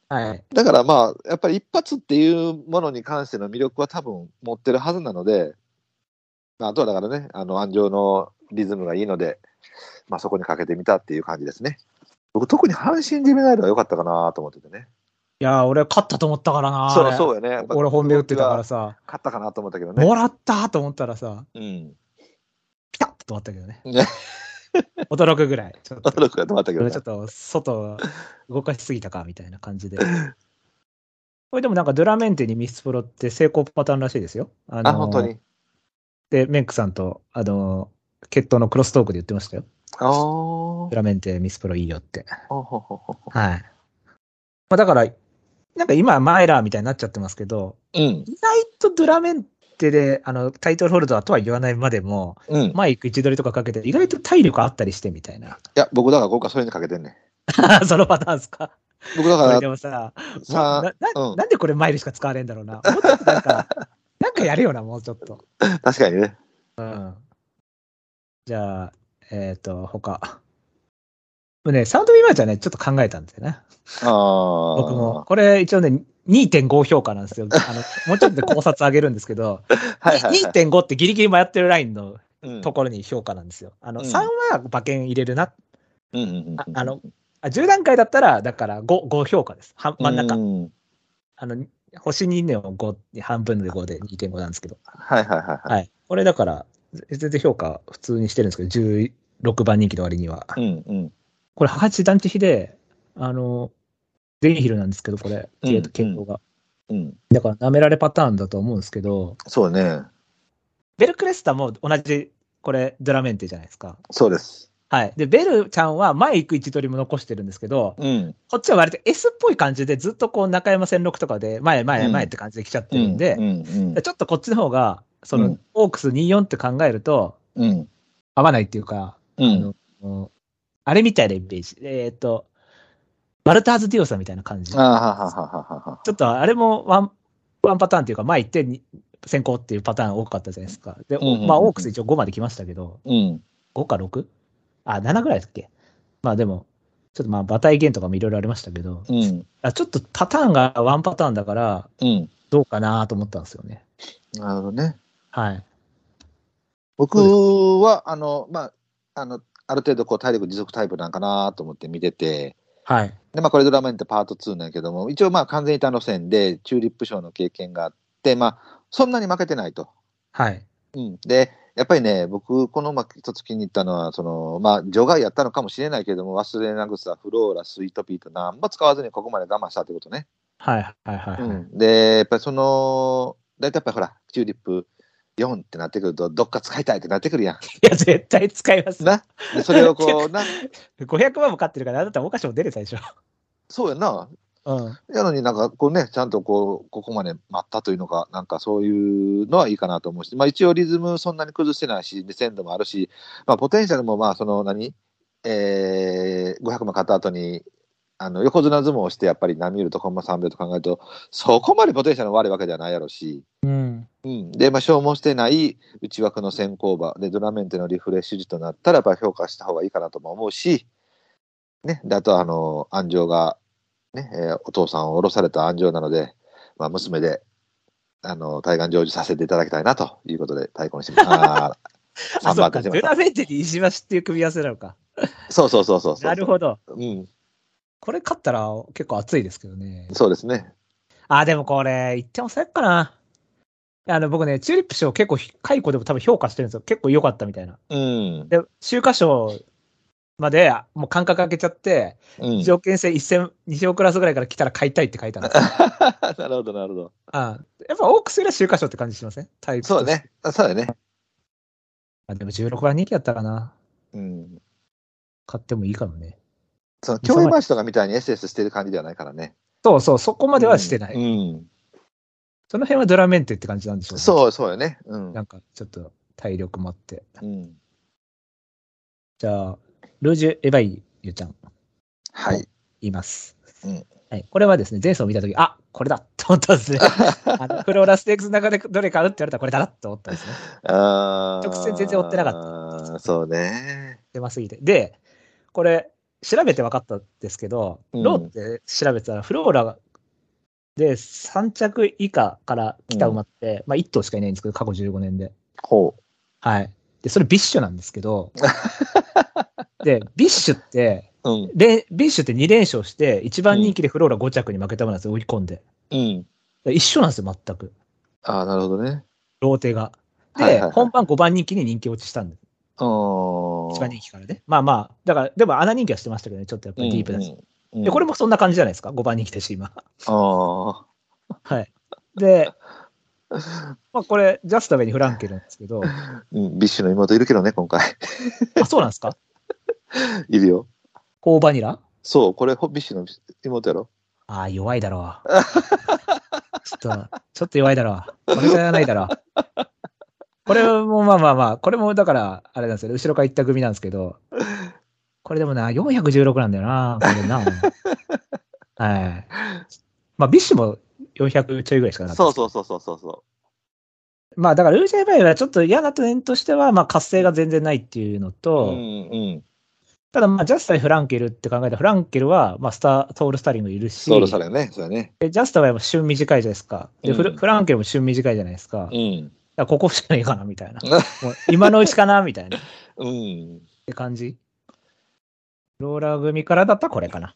[SPEAKER 2] はい。
[SPEAKER 3] だから、まあ、やっぱり一発っていうものに関しての魅力は多分持ってるはずなので、まあ、あとはだからね、あの、安城のリズムがいいので、まあ、そこにかけてみたっていう感じですね。僕、特に阪神ディベナイルが良かったかなと思っててね。
[SPEAKER 2] いやー、俺勝ったと思ったからな。
[SPEAKER 3] そう
[SPEAKER 2] あれ
[SPEAKER 3] そうよね。やっぱ
[SPEAKER 2] 俺本命打ってたから。さ、
[SPEAKER 3] 勝ったかなと思ったけどね。
[SPEAKER 2] もらったと思ったらさ、
[SPEAKER 3] うん。
[SPEAKER 2] ピタッと止まったけどね。
[SPEAKER 3] ね
[SPEAKER 2] 驚くぐらい。ちょっと、
[SPEAKER 3] 驚くが止まったけど
[SPEAKER 2] 俺
[SPEAKER 3] ね
[SPEAKER 2] ちょっ。と外動かしすぎたか、みたいな感じで。これでもなんかドゥラメンテにミスプロって成功パターンらしいですよ。あのー
[SPEAKER 3] あ、本当。に。
[SPEAKER 2] で、メンクさんと、あのー、決闘のクロストークで言ってましたよ。
[SPEAKER 3] あー
[SPEAKER 2] ドゥラメンテミスプロいいよって。
[SPEAKER 3] ほほほほ
[SPEAKER 2] はい。まあ、だから、なんか今、マイラーみたいになっちゃってますけど、
[SPEAKER 3] うん。
[SPEAKER 2] 意外とドゥラメンテで、あの、タイトルホルダーとは言わないまでも、
[SPEAKER 3] うん。い
[SPEAKER 2] マイク一取りとかかけて、意外と体力あったりしてみたいな。
[SPEAKER 3] や、僕だから今回それにかけてんね。
[SPEAKER 2] そのパターンですか。
[SPEAKER 3] 僕だ
[SPEAKER 2] こ
[SPEAKER 3] か
[SPEAKER 2] れ
[SPEAKER 3] ら
[SPEAKER 2] でもさ、
[SPEAKER 3] さ
[SPEAKER 2] なな
[SPEAKER 3] うん
[SPEAKER 2] なんでこれマイルしか使われんだろうな。もうちょっとなんか、なんかやるよな、もうちょっと。
[SPEAKER 3] 確かにね。
[SPEAKER 2] うん。じゃあ、えっ、と、他。もうね、サウンドビーバーちゃんね、ちょっと考えたんですよね。
[SPEAKER 3] ああ。
[SPEAKER 2] 僕も。。これ一応ね、2.5評価なん ですよ。あの、もうちょっとで考察上げるんですけど、
[SPEAKER 3] はいはい、はい。
[SPEAKER 2] 2.5ってギリギリ迷ってるラインの
[SPEAKER 3] うん
[SPEAKER 2] ところに評価なんですよ。あの、
[SPEAKER 3] うん
[SPEAKER 2] 3は馬券入れるな。
[SPEAKER 3] うんうんうん
[SPEAKER 2] ああの、あ10段階だったら、だから5、5評価です。は真ん中。
[SPEAKER 3] うん
[SPEAKER 2] あの、星2年を5に、半分で5で2.5なんですけど。
[SPEAKER 3] はいはいはいは
[SPEAKER 2] はい。これだから、ぜ全然評価普通にしてるんですけど、16番人気の割には。
[SPEAKER 3] い。うんうん。
[SPEAKER 2] これ、ハチ団地比で、あの、ゼンヒルなんですけど、これ、
[SPEAKER 3] うん
[SPEAKER 2] 系統が。
[SPEAKER 3] うん。
[SPEAKER 2] だから、舐められパターンだと思うんですけど、
[SPEAKER 3] そうね。
[SPEAKER 2] ベルクレスタも同じ、これ、ドラメンテじゃないですか。
[SPEAKER 3] そうです。
[SPEAKER 2] はい。で、ベルちゃんは前行く位置取りも残してるんですけど、
[SPEAKER 3] うん。
[SPEAKER 2] こっちは割と S っぽい感じでずっとこう中山戦六とかで前前前って感じで来ちゃってるんで
[SPEAKER 3] う、んうん
[SPEAKER 2] でちょっとこっちの方が、そうの
[SPEAKER 3] ん
[SPEAKER 2] オークス24って考えると
[SPEAKER 3] うん。
[SPEAKER 2] 合わないっていうか、
[SPEAKER 3] う
[SPEAKER 2] あ
[SPEAKER 3] ん。
[SPEAKER 2] のあれみたいなイメージ。えーっと、バルターズ・ディオさんみたいな感じ。
[SPEAKER 3] あ
[SPEAKER 2] ち
[SPEAKER 3] あ
[SPEAKER 2] ょ
[SPEAKER 3] ははははは。
[SPEAKER 2] っとあれもワンワンパターンっていうか、前行ってに先行っていうパターン多かったじゃないですか。で、
[SPEAKER 3] うんうんうん
[SPEAKER 2] まあオークス一応5まで来ましたけど、
[SPEAKER 3] うん。
[SPEAKER 2] 5か 6? あ、7ぐらいだっけまあでも、ちょっとまあ馬体減とかもいろいろありましたけど、
[SPEAKER 3] うん。
[SPEAKER 2] あちょっとパターンがワンパターンだから、
[SPEAKER 3] うん。
[SPEAKER 2] どうかなと思ったんですよね。
[SPEAKER 3] なるほどね。
[SPEAKER 2] はい。
[SPEAKER 3] 僕は、あの、まあ、あの、ある程度こう体力持続タイプなんかなと思って見てて、
[SPEAKER 2] はい。
[SPEAKER 3] で、まあ、これドラマエンテパート2なんやけども、一応まあ完全に他の線でチューリップ賞の経験があって、まあ、そんなに負けてないと。
[SPEAKER 2] はい。
[SPEAKER 3] うん、で、やっぱりね、僕、このまあ一つ気に入ったのは、そのまあ、除外やったのかもしれないけれども、忘れな草、フローラ、スイートピーと、なんも使わずにここまで我慢したってことね。
[SPEAKER 2] はい。はい。はい。
[SPEAKER 3] うん、で、やっぱりその、大体やっぱりほら、チューリップ4ってなってくると、どっか使いたいってなってくるや
[SPEAKER 2] いや、絶対使います
[SPEAKER 3] ん。。な、でそれをこう、な、
[SPEAKER 2] 500万も買ってるから、あなたお菓子も出れたでしょ。
[SPEAKER 3] そうやんな。
[SPEAKER 2] うん。
[SPEAKER 3] やのになんかこうね、ちゃんとこう、ここまで待ったというのか、なんかそういうのはいいかなと思うし、まあ一応リズムそんなに崩してないし、鮮度もあるし、まあポテンシャルもまあその何、えー、500万勝った後に、あの横綱相撲をしてやっぱり波打るとコンマ3秒と考えると、そこまでポテンシャルの悪いわけではないやろうし、
[SPEAKER 2] うん。
[SPEAKER 3] うん、で、まあ消耗してない内枠の先行馬で、ドラメンテのリフレッシュ時となったら、やっぱり評価した方がいいかなとも思うし、ね、であとはあの、安城が、ね、えーお父さんを降ろされた安城なので、まあ、娘で、あの、対岸成就させていただきたいなということで、太鼓にし ました。あー
[SPEAKER 2] あ、
[SPEAKER 3] 三
[SPEAKER 2] そう
[SPEAKER 3] 番
[SPEAKER 2] か。ド
[SPEAKER 3] 手しました
[SPEAKER 2] ラメンテに石橋っていう組み合わせなのか。
[SPEAKER 3] そうそうそうそうそう。
[SPEAKER 2] なるほど。
[SPEAKER 3] うん、
[SPEAKER 2] これ勝ったら結構熱いですけどね。
[SPEAKER 3] そうですね。
[SPEAKER 2] あ、でもこれ、1点抑えっかな。あの、僕ね、チューリップ賞結構ひ、解雇でも多分評価してるんですよ。結構良かったみたいな。
[SPEAKER 3] うん。
[SPEAKER 2] で、週刊賞まで、あもう間隔空けちゃって、
[SPEAKER 3] うん、
[SPEAKER 2] 条件制1000、2000クラスぐらいから来たら買いたいって書いたんですよ。
[SPEAKER 3] なるほど、なるほど。
[SPEAKER 2] あやっぱ多くすれば週刊賞って感じしませんタイプとして
[SPEAKER 3] そうだ。ね。あそうだね。
[SPEAKER 2] あでも16番人気だったらな。
[SPEAKER 3] うん。
[SPEAKER 2] 買ってもいいかもね。
[SPEAKER 3] その、競泳回しとかみたいに SS してる感じではないからね。
[SPEAKER 2] そうそう、そこまではしてない。
[SPEAKER 3] うん。うん
[SPEAKER 2] その辺はドラメンテって感じなんでしょうね。
[SPEAKER 3] そう、そうよね。うん。
[SPEAKER 2] なんか、ちょっと体力もあって。
[SPEAKER 3] うん。
[SPEAKER 2] じゃあ、ルージュ・エヴァイユちゃん。
[SPEAKER 3] はい。
[SPEAKER 2] います。
[SPEAKER 3] うん
[SPEAKER 2] はい、これはですね、前走を見たとき、あこれだと思ったんです ね。あのフローラステークスの中でどれ買うって言われたらこれだなと思ったんですね。
[SPEAKER 3] 直
[SPEAKER 2] 直線全然追ってなかった
[SPEAKER 3] った。そうね。
[SPEAKER 2] 狭すぎて。で、これ、調べて分かったんですけど、
[SPEAKER 3] うん
[SPEAKER 2] ローって調べてたら、フローラで3着以下から来た馬って、まあ1頭しかいないんですけど、過去15年で。
[SPEAKER 3] ほ
[SPEAKER 2] はい。で、それビッシュなんですけ ど、で、ビッシュって、
[SPEAKER 3] う。うん。
[SPEAKER 2] でビッシュって2連勝して、1番人気でフローラ5着に負けた馬なんですよ、追い込んで。
[SPEAKER 3] うん。
[SPEAKER 2] 一緒なんですよ、全く。
[SPEAKER 3] ああ、なるほどね。
[SPEAKER 2] ローテが。で、
[SPEAKER 3] はいはいはい
[SPEAKER 2] 本番5番人気に人気落ちしたんで、
[SPEAKER 3] 一
[SPEAKER 2] 一番人気からね。まあまあ、だから、でも穴人気はしてましたけどね、ちょっとやっぱりディープだし。で、これ
[SPEAKER 3] も。
[SPEAKER 2] もそんな感じじゃないですか、5番人気だし、今。
[SPEAKER 3] あ
[SPEAKER 2] はい。で、まあこれ、ジャスタベにフランケルなんですけど、
[SPEAKER 3] あ。うん。ビッシュの妹いるけどね、今回。
[SPEAKER 2] あ、そうなんですか
[SPEAKER 3] いるよ。
[SPEAKER 2] コーバニラ
[SPEAKER 3] そう、これ、ほビッシュの妹やろ。
[SPEAKER 2] ああ、弱いだろう。ちょっと、ちょっと弱いだろう。これじゃないだろう。これもまあまあまあ、これもだから、あれなんですよね、後ろから行った組なんですけど、これでもな、416なんだよな、これな。はい。まあ、ビッシュも400ちょいぐらいしかなかった。
[SPEAKER 3] そうそうそうそうそうそ
[SPEAKER 2] まあ、だから、ルージェイバイはちょっと嫌な点としては、まあ、活性が全然ないっていうの
[SPEAKER 3] う。う
[SPEAKER 2] と、
[SPEAKER 3] んうん。
[SPEAKER 2] ただ、まあ、ジャスタイ・フランケルって考えたら、フランケルは、まあ、スター、トールスタリングいるし、
[SPEAKER 3] ソウルされね。そうやね。
[SPEAKER 2] でジャスタはやっぱ旬短いじゃないですか。で、フル
[SPEAKER 3] うん
[SPEAKER 2] フランケルも旬短いじゃないですか。だ
[SPEAKER 3] う
[SPEAKER 2] か
[SPEAKER 3] ん。
[SPEAKER 2] らここしかねえかな、みた いな。もう今のうちかな、みたいな。っ
[SPEAKER 3] うん。
[SPEAKER 2] て感じ。ローラー組からだったらこれかな。っ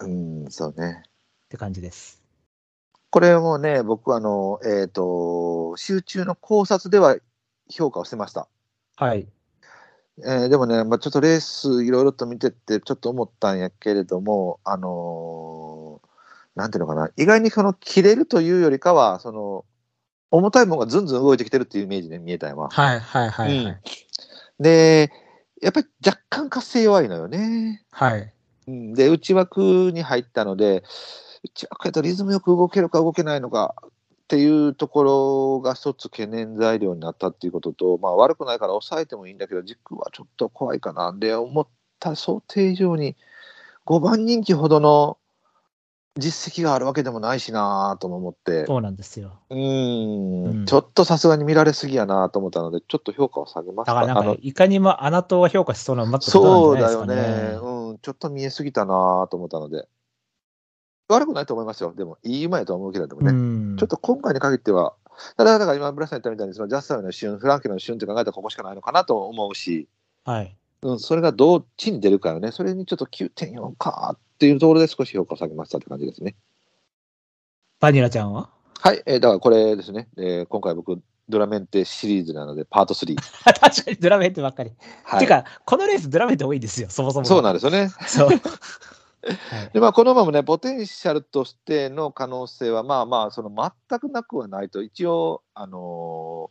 [SPEAKER 3] うん、そうね。
[SPEAKER 2] て感じです。
[SPEAKER 3] これもね、僕、あの、えっと、集中の考察では評価をしてました。
[SPEAKER 2] はい。
[SPEAKER 3] えーでもね、まあ、ちょっとレースいろいろと見てってちょっと思ったんやけれども、あのーなんていうのかな、意外にその切れるというよりかは、その重たいものがずんずん動いてきてるっていうイメージで見えたんやわ。
[SPEAKER 2] はい、はい、は
[SPEAKER 3] うん。で、やっぱり若干活性弱いのよね。
[SPEAKER 2] はい。
[SPEAKER 3] うんで、内枠に入ったので、内枠やとリズムよく動けるか動けないのかっていうところが一つ懸念材料になったっていうことと、まあ、悪くないから抑えてもいいんだけど、軸はちょっと怖いかな。で、思った想定以上に5番人気ほどの実績があるわけでもないしなぁとも思って、
[SPEAKER 2] そうなんですよ。
[SPEAKER 3] うーん
[SPEAKER 2] うん
[SPEAKER 3] ちょっとさすがに見られすぎやなぁと思ったので、ちょっと評価を下げまし
[SPEAKER 2] だ
[SPEAKER 3] た。
[SPEAKER 2] からな
[SPEAKER 3] あ
[SPEAKER 2] んか
[SPEAKER 3] の、
[SPEAKER 2] いかにもアナトが評価しそうな馬ってこと
[SPEAKER 3] そう
[SPEAKER 2] なん
[SPEAKER 3] だ
[SPEAKER 2] じゃ
[SPEAKER 3] よ
[SPEAKER 2] ないですかね。
[SPEAKER 3] ね、うん、ちょっと見えすぎたなと思ったので、悪くないと思いますよ、でも、いい馬やとは思うけれどもね、
[SPEAKER 2] うん。
[SPEAKER 3] ちょっと今回に限っては、ただ、だから今、村さん言ったみたいに、そのジャスターの旬、フランケルの旬って考えたらここしかないのかなと思うし、
[SPEAKER 2] はい。
[SPEAKER 3] うん、それがどっちに出るかよね、それにちょっと9.4かっていうところで少し評価を下げましたって感じですね。
[SPEAKER 2] バニラちゃんは
[SPEAKER 3] はい、えーだからこれですね、えー今回僕、ドラメンテシリーズなので、パート3。
[SPEAKER 2] 確かにドラメンテばっかり。
[SPEAKER 3] はい、
[SPEAKER 2] てか、このレースドラメンテ多いんですよ、そもそも。
[SPEAKER 3] そうなんですよね。
[SPEAKER 2] そう。はい
[SPEAKER 3] でまあ、この馬もね、ポテンシャルとしての可能性は、まあまあ、その全くなくはないと、一応、あの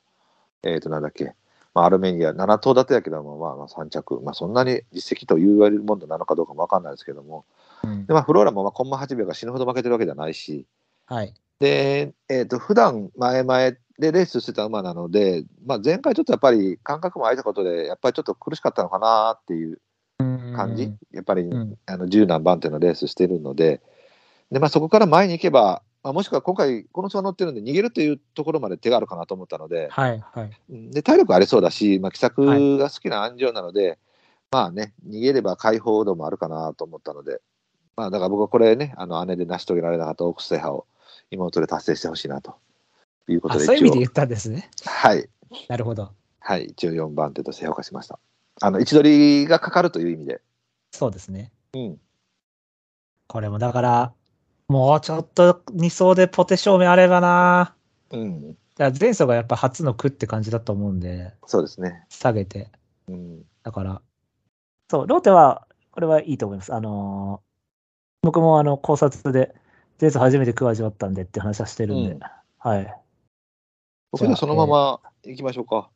[SPEAKER 3] ーえっ、と、なんだっけ、まあ、アルメニア、7頭立てやけども、まあ、まあ3着、まあ、そんなに実績と言われるものなのかどうかもわかんないですけども、
[SPEAKER 2] うん
[SPEAKER 3] で、まあ、フローラもまあコンマ8秒が死ぬほど負けてるわけじゃないし、
[SPEAKER 2] はい。
[SPEAKER 3] で、えっ、と、普段前々でレースしてた馬なので、まあ、前回ちょっとやっぱり感覚も空いたことで、やっぱりちょっと苦しかったのかなっていう感じ、やっぱり、
[SPEAKER 2] うん
[SPEAKER 3] あの十何番手のレースしてるので、でまあ、そこから前に行けば、まあ、もしくは今回、この人が乗ってるんで、逃げるというところまで手があるかなと思ったので、
[SPEAKER 2] はい、はい。
[SPEAKER 3] うんで体力ありそうだし、まあ、気さくが好きな安城なので、まあね、逃げれば解放度もあるかなと思ったので、まあ、だから僕はこれね、あの姉で成し遂げられなかったオークス制覇を妹で達成してほしいなということ
[SPEAKER 2] あ
[SPEAKER 3] で、
[SPEAKER 2] そういう意味で
[SPEAKER 3] 一応
[SPEAKER 2] 言ったんですね。
[SPEAKER 3] はい、
[SPEAKER 2] なるほど。
[SPEAKER 3] はい、一応4番手として評価しました。あの位置取りがかかるという意味で。
[SPEAKER 2] そうですね。
[SPEAKER 3] うん
[SPEAKER 2] これもだから、もうちょっと2走でポテ照明あればな。
[SPEAKER 3] うん、
[SPEAKER 2] だから前走がやっぱ初の区って感じだと思うんで、
[SPEAKER 3] そうですね。
[SPEAKER 2] 下げて。
[SPEAKER 3] うん、
[SPEAKER 2] だから、そう、ローテは、これはいいと思います。あのー僕もあの考察で、前走初めて区味わったんでって話はしてるんで、
[SPEAKER 3] うん
[SPEAKER 2] はい。
[SPEAKER 3] 僕
[SPEAKER 2] じゃ
[SPEAKER 3] は
[SPEAKER 2] あ
[SPEAKER 3] そのまま行きましょうか。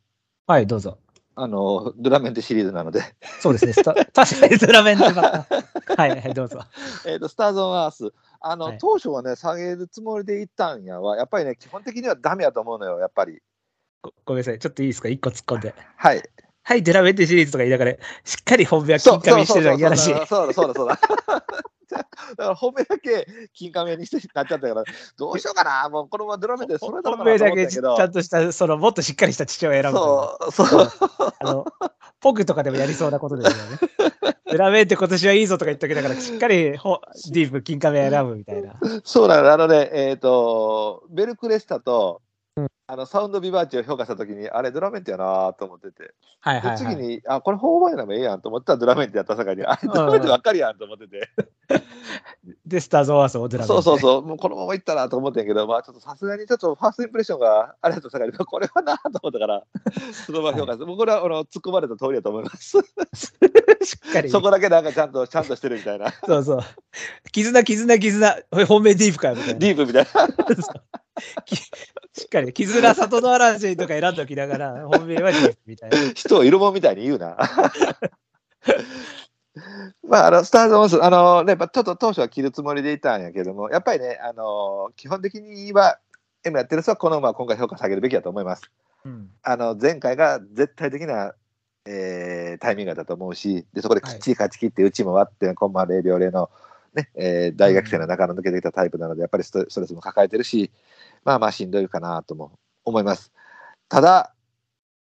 [SPEAKER 2] はい、どうぞ。
[SPEAKER 3] あの、ドラメンテシリーズなので、
[SPEAKER 2] そうですね、スタ確かにスラメンでばっかはい、はい、どうぞ。
[SPEAKER 3] えっと、スターズ・オン・アース。あの、
[SPEAKER 2] はい
[SPEAKER 3] 当初はね、下げるつもりで行ったんやは、やっぱりね、基本的にはダメやと思うのよ、やっぱり。
[SPEAKER 2] ごごめんなさい、ちょっといいですか、一個突っ込んで。
[SPEAKER 3] はい。
[SPEAKER 2] はい、デラメンテシリーズとか言いながら、しっかり本命は金髪してるのは嫌だしい。
[SPEAKER 3] そうそうそうそうそうだ、そう だ、そうだ。だから、本命だけ金亀にしてなっちゃったから、どうしようかな、もうこのままドラメンでそれだろう
[SPEAKER 2] 本
[SPEAKER 3] かな
[SPEAKER 2] 命
[SPEAKER 3] と
[SPEAKER 2] だ
[SPEAKER 3] 思っ
[SPEAKER 2] けちゃ
[SPEAKER 3] たんやけ
[SPEAKER 2] ん
[SPEAKER 3] ど。
[SPEAKER 2] とした、その、もっとしっかりした父親を選ぶと
[SPEAKER 3] そう、そう。
[SPEAKER 2] いうあの、ポクとかでもやりそうなことですよね。 デラメンテ今年はいいぞとか言ったけど、だからしっかりほディープ、金亀を選ぶみたいな。
[SPEAKER 3] そうなの、あのね、えっ、と、ベルクレスタと、あのサウンドビバーチを評価したときに、あれ、ドラメンテやなと思ってて、
[SPEAKER 2] はい
[SPEAKER 3] で
[SPEAKER 2] はい、は
[SPEAKER 3] 次
[SPEAKER 2] い。
[SPEAKER 3] に、あ、これ、頬張りなもええやんと思ったら、ドラメンテやったさかに、あれ、ドラメンテばっかりやんと思ってて、
[SPEAKER 2] で、スターズ・オアースをデラメンテ。
[SPEAKER 3] そうそうそう、もうこのままいったなと思ってんけど、まあ、ちょっとさすがにちょっとファーストインプレッションがあれやったさかに、これはなと思っ たから、そのまま評価して、もうこれはあの突っ込まれた通りだと思います。
[SPEAKER 2] しっかり。
[SPEAKER 3] そこだけなんかちゃんと、ちゃんとしてるみたいな、
[SPEAKER 2] そうそう。絆、絆、絆。おい本命ディープかよみたいな。
[SPEAKER 3] ディープみたいな。
[SPEAKER 2] きしっかり、絆、里の嵐とか選んどきながら、本命はディープみたいな。
[SPEAKER 3] 人を色もんみたいに言うな。 まあ、あのスターズ・オンス、あのね、やっぱちょっと当初は着るつもりでいたんやけども、やっぱりね、あの基本的には、M やってる人はこの馬は今回評価下げるべきだと思います。
[SPEAKER 2] うん
[SPEAKER 3] あの前回が絶対的な、えータイミングだったと思うし、でそこできっちり勝ち切って、うちも割って、コンマ0秒0の、ねえー大学生の中の抜けてきたタイプなので、やっぱりストストレスも抱えてるし、まあまあしんどいかなとも思います。ただ、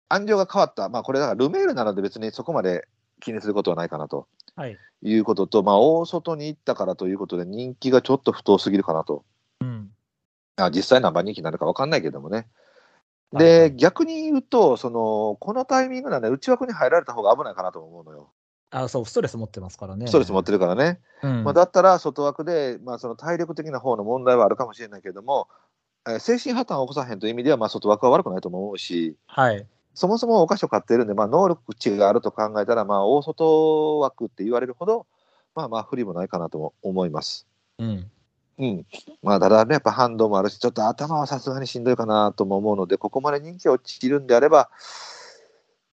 [SPEAKER 3] 安城が変わった、まあ、これだからルメールなので別にそこまで気にすることはないかなと
[SPEAKER 2] はい。
[SPEAKER 3] いうことと、まあ、大外に行ったからということで、人気がちょっと不当すぎるかなと。
[SPEAKER 2] うん。
[SPEAKER 3] あ実際何番人気になるか分かんないけどもね。
[SPEAKER 2] はいは
[SPEAKER 3] で、
[SPEAKER 2] い
[SPEAKER 3] 逆に言うと、そのこのタイミングなんで、内枠に入られた方が危ないかなと思うのよ。
[SPEAKER 2] あ、そう、ストレス持ってますからね。。
[SPEAKER 3] ストレス持っててるからね。
[SPEAKER 2] うん。
[SPEAKER 3] まあ、だったら、外枠で、まあ、その体力的な方の問題はあるかもしれないけども、えー精神破綻を起こさへんという意味では、まあ、外枠は悪くないと思うし、
[SPEAKER 2] はい。
[SPEAKER 3] そもそもお菓子を買ってるんで、まあ、能力値があると考えたら、まあ、大外枠って言われるほど、まあまあ、不利もないかなとも思います。
[SPEAKER 2] うん。
[SPEAKER 3] うん、まあただね、やっぱ反動もあるし、ちょっと頭はさすがにしんどいかなとも思うので、ここまで人気が落ちるんであれば、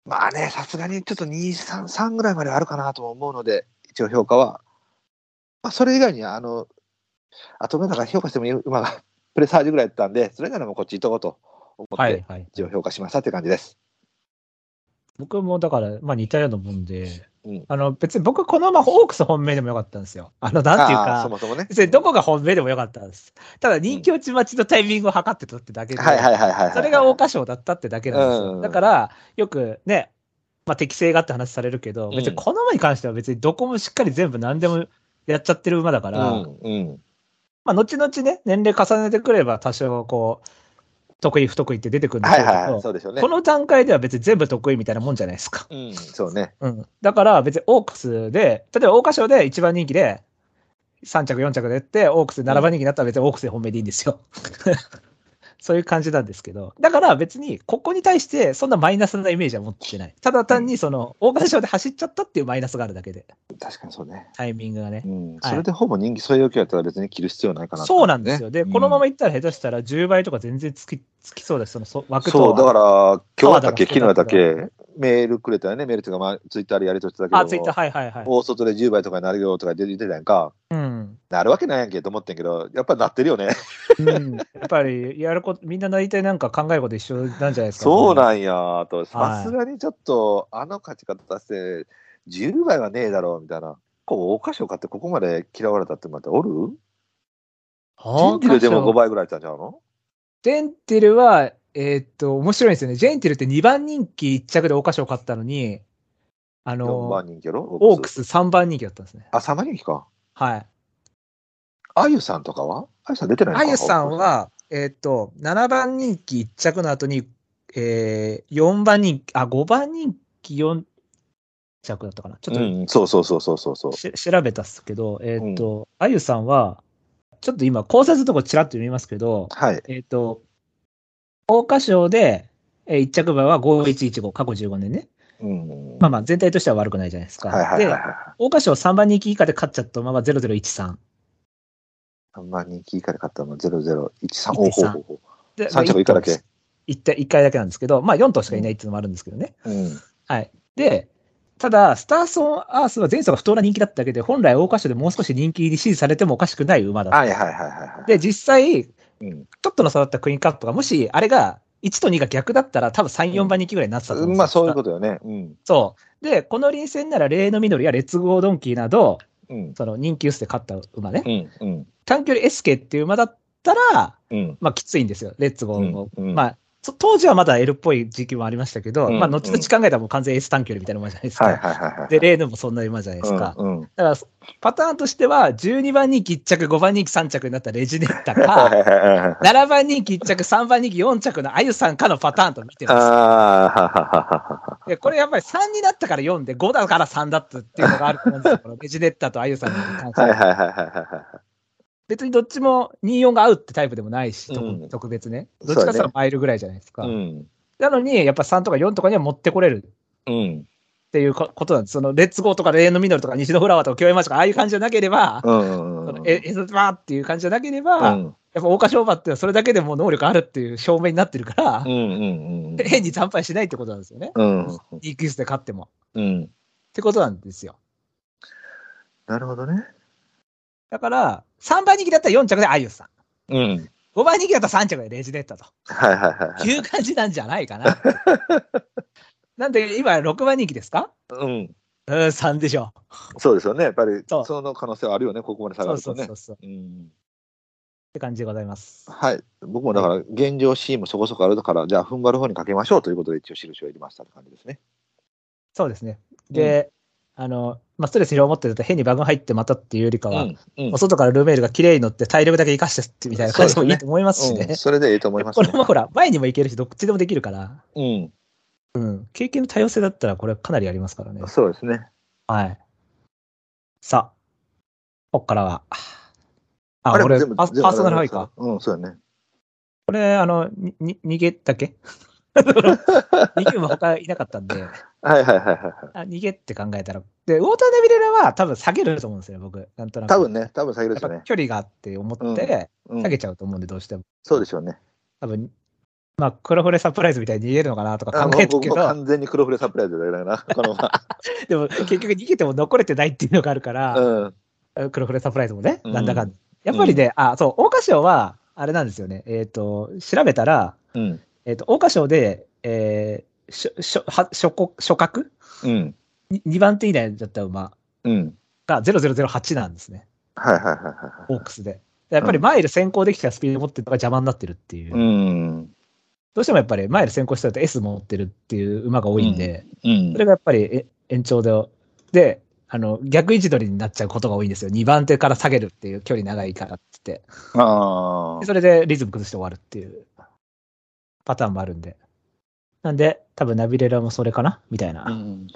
[SPEAKER 3] まあね、さすがにちょっと2、3、3ぐらいまではあるかなとも思うので、一応評価は、まあ、それ以外には、あの、後目だから評価してもいい馬がプレサージュぐらいやったんで、それならもうこっち行っとこうと思っ
[SPEAKER 2] は
[SPEAKER 3] て
[SPEAKER 2] い、。はい。
[SPEAKER 3] 一応評価しましたって感じです。
[SPEAKER 2] 僕もだから、まあ似たようなもんで、
[SPEAKER 3] うん
[SPEAKER 2] あの、別に僕、このままホークス本命でもよかったんですよ。あの、なんていう
[SPEAKER 3] あーそ
[SPEAKER 2] か、
[SPEAKER 3] もそもね。
[SPEAKER 2] 別にどこが本命でもよかったんです。ただ、人気落ち待ちのタイミングを測ってたってだけで、
[SPEAKER 3] はいはいはいはいはい。
[SPEAKER 2] それが桜花賞だったってだけなんですよ。
[SPEAKER 3] うん
[SPEAKER 2] だから、よくね、まあ、適性がって話されるけど、
[SPEAKER 3] うん
[SPEAKER 2] 別にこの馬に関しては別にどこもしっかり全部何でもやっちゃってる馬だから、
[SPEAKER 3] うん、うん。
[SPEAKER 2] まあ、後々ね、年齢重ねてくれば多少こう、得意不得意って出てくるんでしょ
[SPEAKER 3] は
[SPEAKER 2] う
[SPEAKER 3] い
[SPEAKER 2] けど、
[SPEAKER 3] はいはい、そうでしょうね
[SPEAKER 2] こ。の段階では別に全部得意みたいなもんじゃないですか。
[SPEAKER 3] うん、そうね。
[SPEAKER 2] うん。だから別にオークスで、例えば桜花賞で一番人気で、3着4着でやって、オークスで7番人気になったら別にオークスで本命でいいんですよ。 そういう感じなんですけど。だから別に、ここに対してそんなマイナスなイメージは持ってない。ただ単にその、桜花賞で走っちゃったっていうマイナスがあるだけで、
[SPEAKER 3] 確かにそうね。
[SPEAKER 2] タイミングがね
[SPEAKER 3] う。ん、
[SPEAKER 2] はい
[SPEAKER 3] それでほぼ人気そういう要求やったら別に着る必要ないかなと
[SPEAKER 2] そう
[SPEAKER 3] 思
[SPEAKER 2] なんですよ。で、このままいったら下手したら10倍とか全然つきつきそうです、そのそ枠とは
[SPEAKER 3] そう、だから、今日だっけ、昨
[SPEAKER 2] 川
[SPEAKER 3] 日
[SPEAKER 2] 田
[SPEAKER 3] だ
[SPEAKER 2] が
[SPEAKER 3] っ
[SPEAKER 2] そうだった
[SPEAKER 3] け、メールくれたよね、メールっていうか、まあ、ツイッターでやりとしてたけど、
[SPEAKER 2] あ、ツイッター、はいはいはい。
[SPEAKER 3] 大外で10倍とかになるよとか出てたやんか、
[SPEAKER 2] うん。
[SPEAKER 3] なるわけないやんけと思ってんけど、やっぱなってるよね。
[SPEAKER 2] うんやっぱり、やること、みんな大体なんか考えること一緒なんじゃないですか。
[SPEAKER 3] そう
[SPEAKER 2] も
[SPEAKER 3] なんやと、
[SPEAKER 2] はい
[SPEAKER 3] さすがにちょっと、あの勝ち方して、10倍はねえだろうみたいな。こう、大箇所買ってここまで嫌われたってまたおるジ
[SPEAKER 2] う。
[SPEAKER 3] ンティルでも5
[SPEAKER 2] 番。
[SPEAKER 3] 倍ぐらいちゃうちゃうの
[SPEAKER 2] ジェンティルは、えーっと、面白いんですよね。ジェンティルって2番人気1着でお菓子を買ったのに、あ
[SPEAKER 3] ?4
[SPEAKER 2] の
[SPEAKER 3] 番、人気やろ
[SPEAKER 2] オーク。ス3番人気だったんですね。
[SPEAKER 3] あ、3番人気か。
[SPEAKER 2] はい。
[SPEAKER 3] あゆさんとかはあゆさん出てないのか
[SPEAKER 2] あゆさん、は、えーっと、7番人気1着の後に、えー、4番人気、あ、5番人気4着だったかな。ちょっと
[SPEAKER 3] うん、そうそうそうそうそうそう。
[SPEAKER 2] し調べたっすけど、えーっと、あゆさんは、ちょっと今、考察のとこちらっと読みますけど、
[SPEAKER 3] はい。
[SPEAKER 2] えっ、と、桜花賞で、えー、1着馬は5115、過去15年ね。
[SPEAKER 3] うん。
[SPEAKER 2] まあまあ、全体としては悪くないじゃないですか。
[SPEAKER 3] はいはいはい
[SPEAKER 2] で、
[SPEAKER 3] は
[SPEAKER 2] 桜花賞3番人気以下で勝っちゃったまま0013。
[SPEAKER 3] い。3番人気以下で買ったの0013。
[SPEAKER 2] 13
[SPEAKER 3] おうほうほうほ
[SPEAKER 2] で、
[SPEAKER 3] 三着以下だけ
[SPEAKER 2] まあ。1, 点一回だけなんですけど、まあ4頭しかいないっていうのもあるんですけどね。
[SPEAKER 3] う。うん。
[SPEAKER 2] はい。で、ただ、スターソンアースは前走が不当な人気だっただけで、本来桜花賞でもう少し人気に支持されてもおかしくない馬だった。
[SPEAKER 3] はいはいはいはいはい。
[SPEAKER 2] で、実際、
[SPEAKER 3] うん
[SPEAKER 2] ちょっとの差だったクイーンカップが、もしあれが1と2が逆だったら、多分3、4番人気ぐらいになってたと思
[SPEAKER 3] うんん
[SPEAKER 2] ですよ
[SPEAKER 3] まあそういうことよね。うん。
[SPEAKER 2] そう。で、この臨戦なら、レイの緑やレッツゴードンキーなど、
[SPEAKER 3] うん。
[SPEAKER 2] その人気薄で勝った馬ね
[SPEAKER 3] う。ん。うん。
[SPEAKER 2] 短距離エスケっていう馬だったら、
[SPEAKER 3] うん。
[SPEAKER 2] まあきついんですよ、レッツゴーも。
[SPEAKER 3] うんうん
[SPEAKER 2] まあ、そ当時はまだ L っぽい時期もありましたけど、
[SPEAKER 3] うん
[SPEAKER 2] まあ後々考えたらもう完全エース短距離みたいな馬じゃないですか。
[SPEAKER 3] はいはいはいはい。
[SPEAKER 2] で、レーヌもそんな馬じゃないですか。
[SPEAKER 3] うんうん。
[SPEAKER 2] だから、パターンとしては、12番人気1着、5番人気3着にな ったレジネッタ
[SPEAKER 3] はいは
[SPEAKER 2] か、
[SPEAKER 3] いはいはい。
[SPEAKER 2] 7番人気1着、3番人気4着のアユさんかのパターンと見て
[SPEAKER 3] ああ
[SPEAKER 2] ます。
[SPEAKER 3] ははははは。
[SPEAKER 2] で、これやっぱり3になったから4で、5だから3だったっていうのがあると思うんですよ。このベジネッタとアユさんに関して
[SPEAKER 3] はい
[SPEAKER 2] は。
[SPEAKER 3] はいはいはいはいは
[SPEAKER 2] 別にどっちも2、4が合うってタイプでもないし、特
[SPEAKER 3] うん
[SPEAKER 2] 特別ね。ど
[SPEAKER 3] そうだ
[SPEAKER 2] っちか
[SPEAKER 3] ね
[SPEAKER 2] っていうとマイルぐらいじゃないですか。
[SPEAKER 3] い。うん。
[SPEAKER 2] なのに、やっぱ3とか4とかには持ってこれるっ
[SPEAKER 3] うん。
[SPEAKER 2] ていうこことなんです。その、レッツゴーとかレーンのミドルとか西のフラワーとか共演マッチとか、ああいう感じじゃなければ、
[SPEAKER 3] うん。う
[SPEAKER 2] そ
[SPEAKER 3] ん
[SPEAKER 2] のえ、えずばーっていう感じじゃなければ、
[SPEAKER 3] う
[SPEAKER 2] やっ
[SPEAKER 3] ん。
[SPEAKER 2] ぱ桜花賞馬っていうのはそれだけでもう能力あるっていう証明になってるから
[SPEAKER 3] う、ん。うん。
[SPEAKER 2] 変に惨敗しないってことなんですよね。
[SPEAKER 3] うん。
[SPEAKER 2] EQS で勝っても。
[SPEAKER 3] うん。
[SPEAKER 2] ってことなんですよ。
[SPEAKER 3] なるほどね。
[SPEAKER 2] だから、3番人気だったら4着でアユさん。
[SPEAKER 3] うん。
[SPEAKER 2] 5番人気だったら3着でレジネッ タと
[SPEAKER 3] はいはいはい。
[SPEAKER 2] いう感じなんじゃないか な。なんで、今、6番人気ですか
[SPEAKER 3] はい。うん。
[SPEAKER 2] うん、3でしょ。
[SPEAKER 3] そうですよね。やっぱり、
[SPEAKER 2] そう
[SPEAKER 3] その可能性はあるよね。ここまで下
[SPEAKER 2] そ
[SPEAKER 3] が
[SPEAKER 2] う
[SPEAKER 3] る
[SPEAKER 2] そう
[SPEAKER 3] とね
[SPEAKER 2] そ。うそう。っ
[SPEAKER 3] うん
[SPEAKER 2] て感じでございます。
[SPEAKER 3] はい。僕もだから、現状 C もそこそこあるから、じゃあ、踏ん張る方にかけましょうということで、一応、印を入れましたって感じですね。
[SPEAKER 2] そうですね。で、あの、まあ、ストレスに思ってると変にバグ入ってまたっていうよりかは、も
[SPEAKER 3] うん。
[SPEAKER 2] う外からルメールが綺麗に乗って体力だけ生かしてってみたいな感じでもいいと思いますしね。
[SPEAKER 3] うんそれでいいと思います
[SPEAKER 2] こ
[SPEAKER 3] ね
[SPEAKER 2] れ。もほら、前にも行けるし、どっちでもできるから、
[SPEAKER 3] う
[SPEAKER 2] うん、経験の多様性だったら、これかなりありますからね
[SPEAKER 3] ん。。そうですね。
[SPEAKER 2] はい。さあ、こっからは。あ、
[SPEAKER 3] れ
[SPEAKER 2] 俺、
[SPEAKER 3] 全部
[SPEAKER 2] パ
[SPEAKER 3] 全部
[SPEAKER 2] パーソナルハイか。
[SPEAKER 3] うん、そうだね。
[SPEAKER 2] これ、あの、に、に逃げたっ け逃げも他いなかったんで、
[SPEAKER 3] はいはいはいはいはい。
[SPEAKER 2] あ逃げって考えたら。で、ウォーターナビレラは多分下げると思うんですよ、僕。なんとなく。
[SPEAKER 3] 多分ね、多分下げる
[SPEAKER 2] や
[SPEAKER 3] で
[SPEAKER 2] っ
[SPEAKER 3] しょう
[SPEAKER 2] ぱ
[SPEAKER 3] ね。
[SPEAKER 2] 距離があって思って、
[SPEAKER 3] うん
[SPEAKER 2] 下げちゃうと思うんで、どうしても。
[SPEAKER 3] そうでしょうね。
[SPEAKER 2] 多分、まあ、黒船サプライズみたいに逃げるのかなと
[SPEAKER 3] あ
[SPEAKER 2] か考
[SPEAKER 3] も
[SPEAKER 2] え
[SPEAKER 3] う
[SPEAKER 2] た
[SPEAKER 3] 僕
[SPEAKER 2] け
[SPEAKER 3] も
[SPEAKER 2] ど、
[SPEAKER 3] 完全に黒船サプライズ だよな、このま
[SPEAKER 2] でも結局逃げても残れてないっていうのがあるから、
[SPEAKER 3] ま。
[SPEAKER 2] 黒船サプライズもね、
[SPEAKER 3] うん
[SPEAKER 2] なんだかんだ。やっぱりね、あ、そう、桜花賞は、あれなんですよね。えっ、と、調べたら、
[SPEAKER 3] うん。うん。
[SPEAKER 2] えっ、と、桜花賞で、えー、しょ、しょ、は、初国、初角
[SPEAKER 3] うん。
[SPEAKER 2] に ?2 番手以内だった馬
[SPEAKER 3] うん。
[SPEAKER 2] が0008なんですね。
[SPEAKER 3] はいはいはいは
[SPEAKER 2] オークスで。やっぱりマイル先行できたスピード持ってるのが邪魔になってるっていう。
[SPEAKER 3] い。うん。
[SPEAKER 2] どうしてもやっぱりマイル先行してると S 持ってるっていう馬が多いんで、
[SPEAKER 3] うん
[SPEAKER 2] そ。れがやっぱりえ延長で、で、あの、逆位置取りになっちゃうことが多いんですよ。2番手から下げるっていう距離長いからって言って。
[SPEAKER 3] あ
[SPEAKER 2] で
[SPEAKER 3] あ。
[SPEAKER 2] それでリズム崩して終わるっていうパターンもあるんで。なんで、多分ナビレラもそれかなみたいな。
[SPEAKER 3] う
[SPEAKER 2] っ
[SPEAKER 3] ん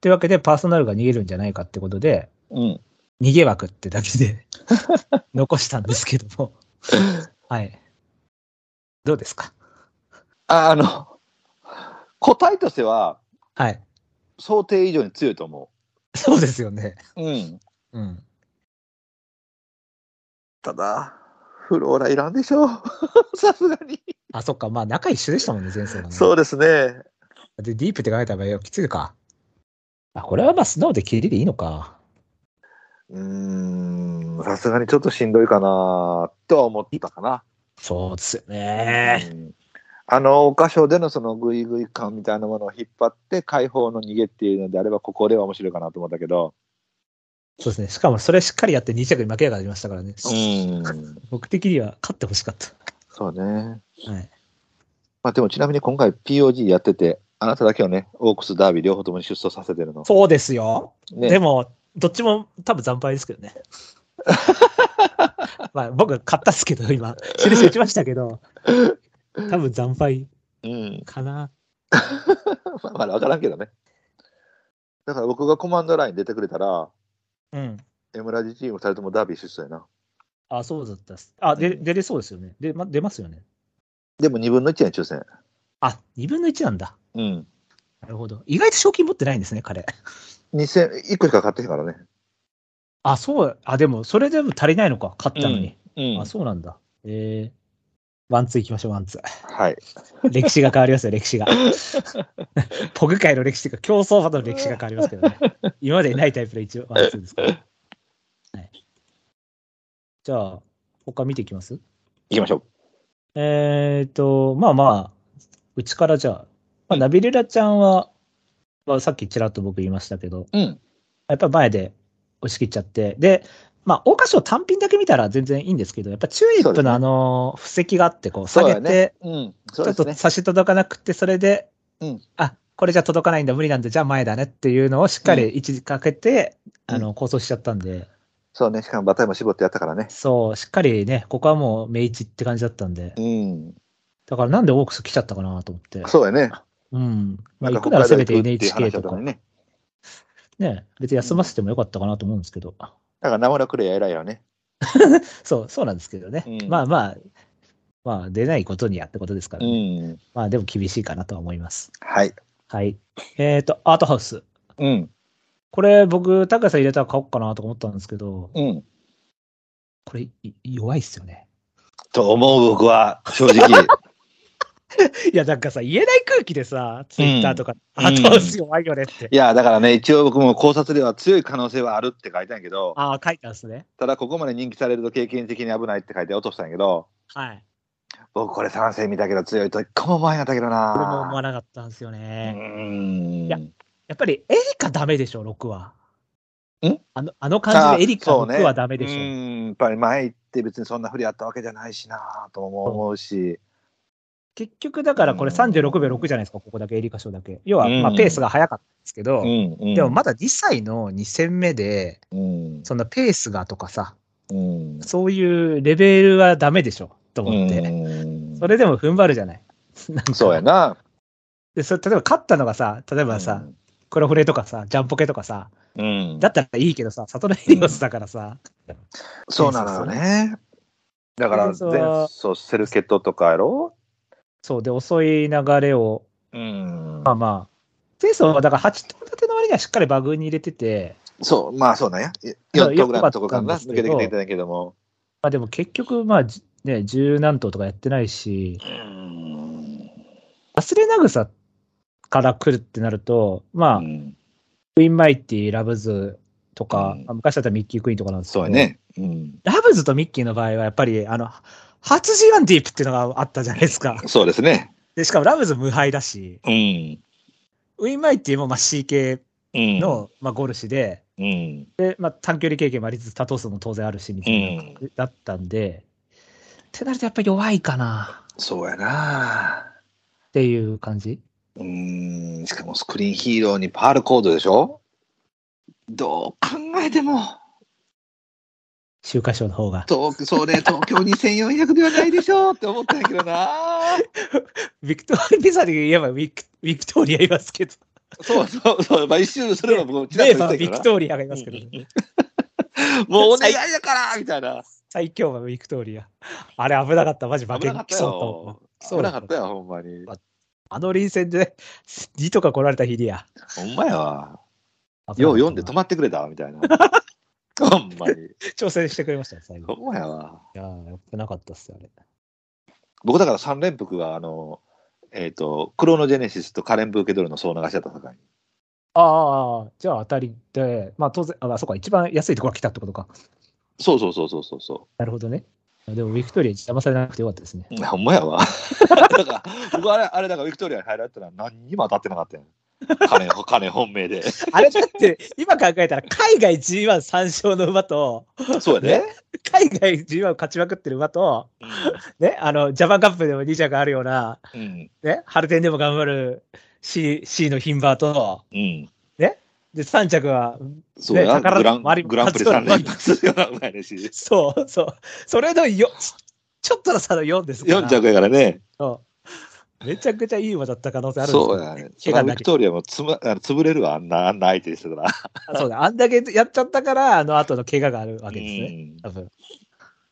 [SPEAKER 2] てわけで、パーソナルが逃げるんじゃないかってことで、
[SPEAKER 3] うん。
[SPEAKER 2] 逃げ枠ってだけで 残したんですけど も。はい。どうですか
[SPEAKER 3] ああの、答えとしては、
[SPEAKER 2] はい。
[SPEAKER 3] 想定以上に強いと思
[SPEAKER 2] そうですよね。
[SPEAKER 3] う。うん。
[SPEAKER 2] うん。
[SPEAKER 3] ただ、フローラいらんでしょう。 さすがに。
[SPEAKER 2] あ、そっか。まあ、仲一緒でしたもんね、前世がね。
[SPEAKER 3] そうですね。
[SPEAKER 2] で、ディープって考えた場合はきついか。あ、これはまあ、素直で切りでいいのか。
[SPEAKER 3] うーん、さすがにちょっとしんどいかなとは思ったかな。
[SPEAKER 2] そうですよね。
[SPEAKER 3] うんあの、箇所でのそのグイグイ感みたいなものを引っ張って、解放の逃げっていうのであれば、ここでは面白いかなと思ったけど。
[SPEAKER 2] そうですね。しかも、それしっかりやって2着に負けがありましたからね。
[SPEAKER 3] うん、
[SPEAKER 2] 僕的には勝ってほしかっ
[SPEAKER 3] そうね。
[SPEAKER 2] た。はい。
[SPEAKER 3] まあでもちなみに今回 POG やってて、あなただけをね、オークス、ダービー両方ともに出走させてるの。
[SPEAKER 2] そうですよ。
[SPEAKER 3] ね、
[SPEAKER 2] でも、どっちも多分惨敗ですけどね。 まあ、僕、勝ったっすけど、今、印打ちましたけど、多分惨敗
[SPEAKER 3] うん、
[SPEAKER 2] かな。
[SPEAKER 3] まあまだ分からんけどね。だから僕がコマンドライン出てくれたら、
[SPEAKER 2] うん。
[SPEAKER 3] エムラジチーム2人ともダービー出走やな。
[SPEAKER 2] あ、そうだったっす。あ、で、出れそうですよね。で、ま、出ますよね。
[SPEAKER 3] でも2分の1やん、抽選。
[SPEAKER 2] あ、2分の1なんだ。
[SPEAKER 3] うん。
[SPEAKER 2] なるほど。意外と賞金持ってないんですね、彼。
[SPEAKER 3] 2000、1個しか買ってへんからね。
[SPEAKER 2] あ、そう、あ、でも、それでも足りないのか、勝ったのに。
[SPEAKER 3] うん
[SPEAKER 2] あ、そうなんだ。えー、ワンツー行きましょう、ワンツー。
[SPEAKER 3] はい。
[SPEAKER 2] 歴史が変わりますよ、歴 史が。ポグ界の歴史が、競争馬との歴史が変わりますけど ね。今までにないタイプの一応、ワンツーですから。はい。じゃあ、他見ていきます
[SPEAKER 3] 行きましょう。
[SPEAKER 2] えーと、まあまあ、うちからじゃあ、まあ、ナビレラちゃんは、まあ、さっきちらっと僕言いましたけど、
[SPEAKER 3] うん。
[SPEAKER 2] やっぱ前で押し切っちゃって、で、まあ、桜花賞単品だけ見たら全然いいんですけど、やっぱチューリップのあの、布石があって、こう、下
[SPEAKER 3] そう
[SPEAKER 2] げ
[SPEAKER 3] や
[SPEAKER 2] て、
[SPEAKER 3] ね。うん。
[SPEAKER 2] ち
[SPEAKER 3] そ
[SPEAKER 2] ょ
[SPEAKER 3] うで
[SPEAKER 2] っ
[SPEAKER 3] す
[SPEAKER 2] と
[SPEAKER 3] ね。
[SPEAKER 2] 差し届かなくて、それで、
[SPEAKER 3] うん
[SPEAKER 2] あ、これじゃ届かないんだ、無理なんだ、じゃあ前だねっていうのをしっかり位置かけて、
[SPEAKER 3] うん
[SPEAKER 2] あの、構想しちゃったんで、
[SPEAKER 3] そうね。しかも馬体も絞ってやったからね。
[SPEAKER 2] そう、しっかりね、ここはもう明治って感じだったんで、
[SPEAKER 3] うん。
[SPEAKER 2] だからなんでオークス来ちゃったかなと思って。
[SPEAKER 3] そうやね。
[SPEAKER 2] うん。まあ、行
[SPEAKER 3] なんか
[SPEAKER 2] くならせめて
[SPEAKER 3] 北海道行くっていう
[SPEAKER 2] NHK
[SPEAKER 3] 話だ
[SPEAKER 2] と
[SPEAKER 3] った
[SPEAKER 2] か
[SPEAKER 3] のに、ね。
[SPEAKER 2] ね、別に休ませてもよかったかなと思うんですけど、
[SPEAKER 3] だから名村クレア偉いよね。
[SPEAKER 2] そう、そうなんですけどね。
[SPEAKER 3] うん
[SPEAKER 2] まあまあ、まあ、出ないことにやってことですから
[SPEAKER 3] う
[SPEAKER 2] ね。
[SPEAKER 3] ん。
[SPEAKER 2] まあ、でも厳しいかなとは思います。
[SPEAKER 3] はい。
[SPEAKER 2] はい。えっ、と、アートハウス。
[SPEAKER 3] うん。
[SPEAKER 2] これ、僕、高橋さん入れたら買おうかなとか思ったんですけど、
[SPEAKER 3] うん。
[SPEAKER 2] これ、い弱いっすよね。
[SPEAKER 3] と思う僕は、正 直。
[SPEAKER 2] いや、なんかさ、言えない空気でさ、ツイッターとか、
[SPEAKER 3] うん
[SPEAKER 2] アートハウス弱いよねって。
[SPEAKER 3] いや、だからね、一応僕も考察では強い可能性はあるって書いたんやけど、
[SPEAKER 2] ああ、書いたんですね。
[SPEAKER 3] ただここまで人気されると経験的に危ないって書いて落としたんやけど、
[SPEAKER 2] はい。
[SPEAKER 3] 僕これ賛成見たけど強いと一個も思わへんかったけどな。
[SPEAKER 2] これも思わなかったんですよね。
[SPEAKER 3] うん。
[SPEAKER 2] いややっぱりエリカダメでしょ、6は。
[SPEAKER 3] ん
[SPEAKER 2] あのあの感じでエリカ
[SPEAKER 3] そうね
[SPEAKER 2] 6はダメでしょ。
[SPEAKER 3] うん、やっぱり前行って別にそんなふりあったわけじゃないしなとも思うし、
[SPEAKER 2] 結局だからこれ
[SPEAKER 3] うん
[SPEAKER 2] 36秒6じゃないですか、ここだけエリカ賞だけ。要は、
[SPEAKER 3] うん
[SPEAKER 2] まあ、ペースが速かったんですけど、
[SPEAKER 3] ん
[SPEAKER 2] でもまだ2歳の2戦目で、
[SPEAKER 3] うん
[SPEAKER 2] そんなペースがとかさ、
[SPEAKER 3] うん
[SPEAKER 2] そういうレベルはダメでしょ、と思って。
[SPEAKER 3] うん
[SPEAKER 2] それでも踏ん張るじゃない。なんか
[SPEAKER 3] そうやな。
[SPEAKER 2] でそれ例えば勝ったのがさ、例えばさ、コロフレとかさ、ジャンポケとかさ、
[SPEAKER 3] うん、
[SPEAKER 2] だったらいいけどさ、サトノエリオスだからさ、
[SPEAKER 3] そうなのよね。だから
[SPEAKER 2] そうそう
[SPEAKER 3] 前走セルケットとかやろ
[SPEAKER 2] そうで遅い流れを
[SPEAKER 3] うん
[SPEAKER 2] まあまあ、前走はだから8頭立ての割にはしっかりバグに入れてて、
[SPEAKER 3] そう、まあそうなんや。
[SPEAKER 2] そう
[SPEAKER 3] 4頭ぐらいのとこからな、
[SPEAKER 2] よかったん
[SPEAKER 3] 抜
[SPEAKER 2] ですけ
[SPEAKER 3] け
[SPEAKER 2] ど
[SPEAKER 3] てきてたんやけども。
[SPEAKER 2] まあでも結局、まあ、じね、十何頭とかやってないし、
[SPEAKER 3] うん。
[SPEAKER 2] 忘れなぐさから来るってなると、まあ、
[SPEAKER 3] うん
[SPEAKER 2] ウィンマイティ、ラブズとか、
[SPEAKER 3] うん
[SPEAKER 2] まあ昔だったらミッキー・クイーンとかなんですけ
[SPEAKER 3] そう
[SPEAKER 2] ど、
[SPEAKER 3] やね。うん。
[SPEAKER 2] ラブズとミッキーの場合は、やっぱり、あの、初 G1 ディープっていうのがあったじゃないです か。
[SPEAKER 3] そうですね。
[SPEAKER 2] で、しかもラブズ無敗だし、
[SPEAKER 3] うん。
[SPEAKER 2] ウィンマイティもまあ CK
[SPEAKER 3] うん。
[SPEAKER 2] の、まあ、ゴルシで、
[SPEAKER 3] うん。
[SPEAKER 2] で、まあ、短距離経験もありつつ、多頭数も当然あるし、みたいな、
[SPEAKER 3] う
[SPEAKER 2] だったんで、ってなるとやっぱ弱いかな
[SPEAKER 3] そうやな。
[SPEAKER 2] っていう感じ。
[SPEAKER 3] うん。しかもスクリーンヒーローにパールコードでしょどう考えても、
[SPEAKER 2] 週刊賞の方が。
[SPEAKER 3] 東それ東京2400ではないでしょうって思ったんやけどな。
[SPEAKER 2] ビクトリア、ピザで言えばウィクビクトリアいますけど、
[SPEAKER 3] そうそうそう。まあ一瞬、それは僕、ちらっ
[SPEAKER 2] レー
[SPEAKER 3] と
[SPEAKER 2] バー
[SPEAKER 3] 言
[SPEAKER 2] ビ
[SPEAKER 3] った
[SPEAKER 2] ク
[SPEAKER 3] けどな
[SPEAKER 2] トリアがいますけど、
[SPEAKER 3] うんもうお願いだからみたいな。
[SPEAKER 2] 最強はビクトリア。あれ危なかった、マジ馬
[SPEAKER 3] 危な
[SPEAKER 2] 券
[SPEAKER 3] かっ
[SPEAKER 2] 来
[SPEAKER 3] た
[SPEAKER 2] そうと思
[SPEAKER 3] よ
[SPEAKER 2] う。。
[SPEAKER 3] 危なかったよ、ほんまに。
[SPEAKER 2] あの臨戦で2とか来られた日でや。
[SPEAKER 3] ほんまやわ。
[SPEAKER 2] 危なかったな
[SPEAKER 3] よう読んで止まってくれたみたいな。ほんまに。
[SPEAKER 2] 挑戦してくれましたね、最後。
[SPEAKER 3] そうやわ。
[SPEAKER 2] いやー、やっぱなかったっすよ、あれ。
[SPEAKER 3] 僕だから3連服が、あの、えっ、と、クロノジェネシスとカレンブーケドルの総流しだった境に。
[SPEAKER 2] ああ、じゃあ当たりで、まあ当然、あ、そうか、一番安いところが来たってことか。
[SPEAKER 3] そうそうそうそうそうそ
[SPEAKER 2] なるほどね。でも、ビクトリアに騙されなくてよかったですね。
[SPEAKER 3] う。ほんまやわ。 だから、僕あれ、あれだから、ビクトリアに入られたら何にも当たってなかったよ。金、金本 命で。
[SPEAKER 2] あれだって、今考えたら、海外 G13 勝の馬と、
[SPEAKER 3] そうやで。
[SPEAKER 2] 海外 G1 を勝ちまくってる馬と、ね、あの、ジャパンカップでも2着あるような、
[SPEAKER 3] うん。うん。
[SPEAKER 2] ね、ハルテンでも頑張る C, C の牝馬と、
[SPEAKER 3] うん。
[SPEAKER 2] で、3着は、
[SPEAKER 3] そうや、
[SPEAKER 2] ね宝
[SPEAKER 3] グラン
[SPEAKER 2] 周り
[SPEAKER 3] グランプリ3連 覇するような馬やねんし。
[SPEAKER 2] そうそう、それのよちょっとの差の4ですから。
[SPEAKER 3] 4着やからね。
[SPEAKER 2] そうめちゃくちゃいい馬だった可能性あるんです
[SPEAKER 3] そ
[SPEAKER 2] け
[SPEAKER 3] う
[SPEAKER 2] ど
[SPEAKER 3] やね。そ
[SPEAKER 2] 怪
[SPEAKER 3] ら
[SPEAKER 2] 我
[SPEAKER 3] ビ
[SPEAKER 2] だ
[SPEAKER 3] ク
[SPEAKER 2] け
[SPEAKER 3] トリアもつ、ま、あの潰れるわ、あんな、あんな相手にしてたら。
[SPEAKER 2] あそうだ、あんだけやっちゃったから、あの後の怪我があるわけですね、
[SPEAKER 3] ね。
[SPEAKER 2] 多分。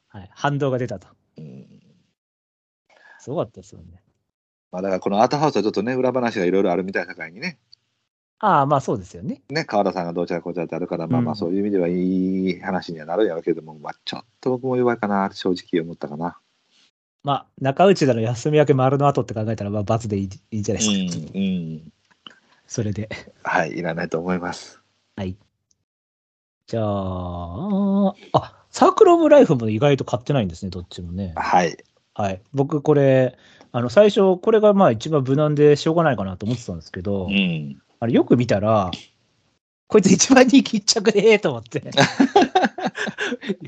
[SPEAKER 2] はい、反動が出たと。
[SPEAKER 3] うん
[SPEAKER 2] すごかったですよね。
[SPEAKER 3] まあ、だからこのアートハウスはちょっとね、裏話がいろいろあるみたいな境にね、
[SPEAKER 2] ああ、まあそうですよね。
[SPEAKER 3] ね、川田さんがどうちゃらこうちゃらってあるから、まあまあ
[SPEAKER 2] うん
[SPEAKER 3] そういう意味ではいい話にはなるんやろうけども、まあちょっと僕も弱いかな、正直思ったかな。
[SPEAKER 2] まあ、中内田の休み明け丸の後って考えたら、まあ、罰でいいいいんじゃ
[SPEAKER 3] う
[SPEAKER 2] ないですか。
[SPEAKER 3] ん、うん。
[SPEAKER 2] それで。
[SPEAKER 3] はい、いらないと思います。
[SPEAKER 2] じゃあ、あ、サークルオブライフも意外と買ってないんですね、どっちもね。
[SPEAKER 3] はい。
[SPEAKER 2] はい。僕、これ、あの、最初、これがまあ一番無難でしょうがないかなと思ってたんですけど、
[SPEAKER 3] うん。
[SPEAKER 2] あれ、よく見たら、こいつ一番人気一着でーと思 って。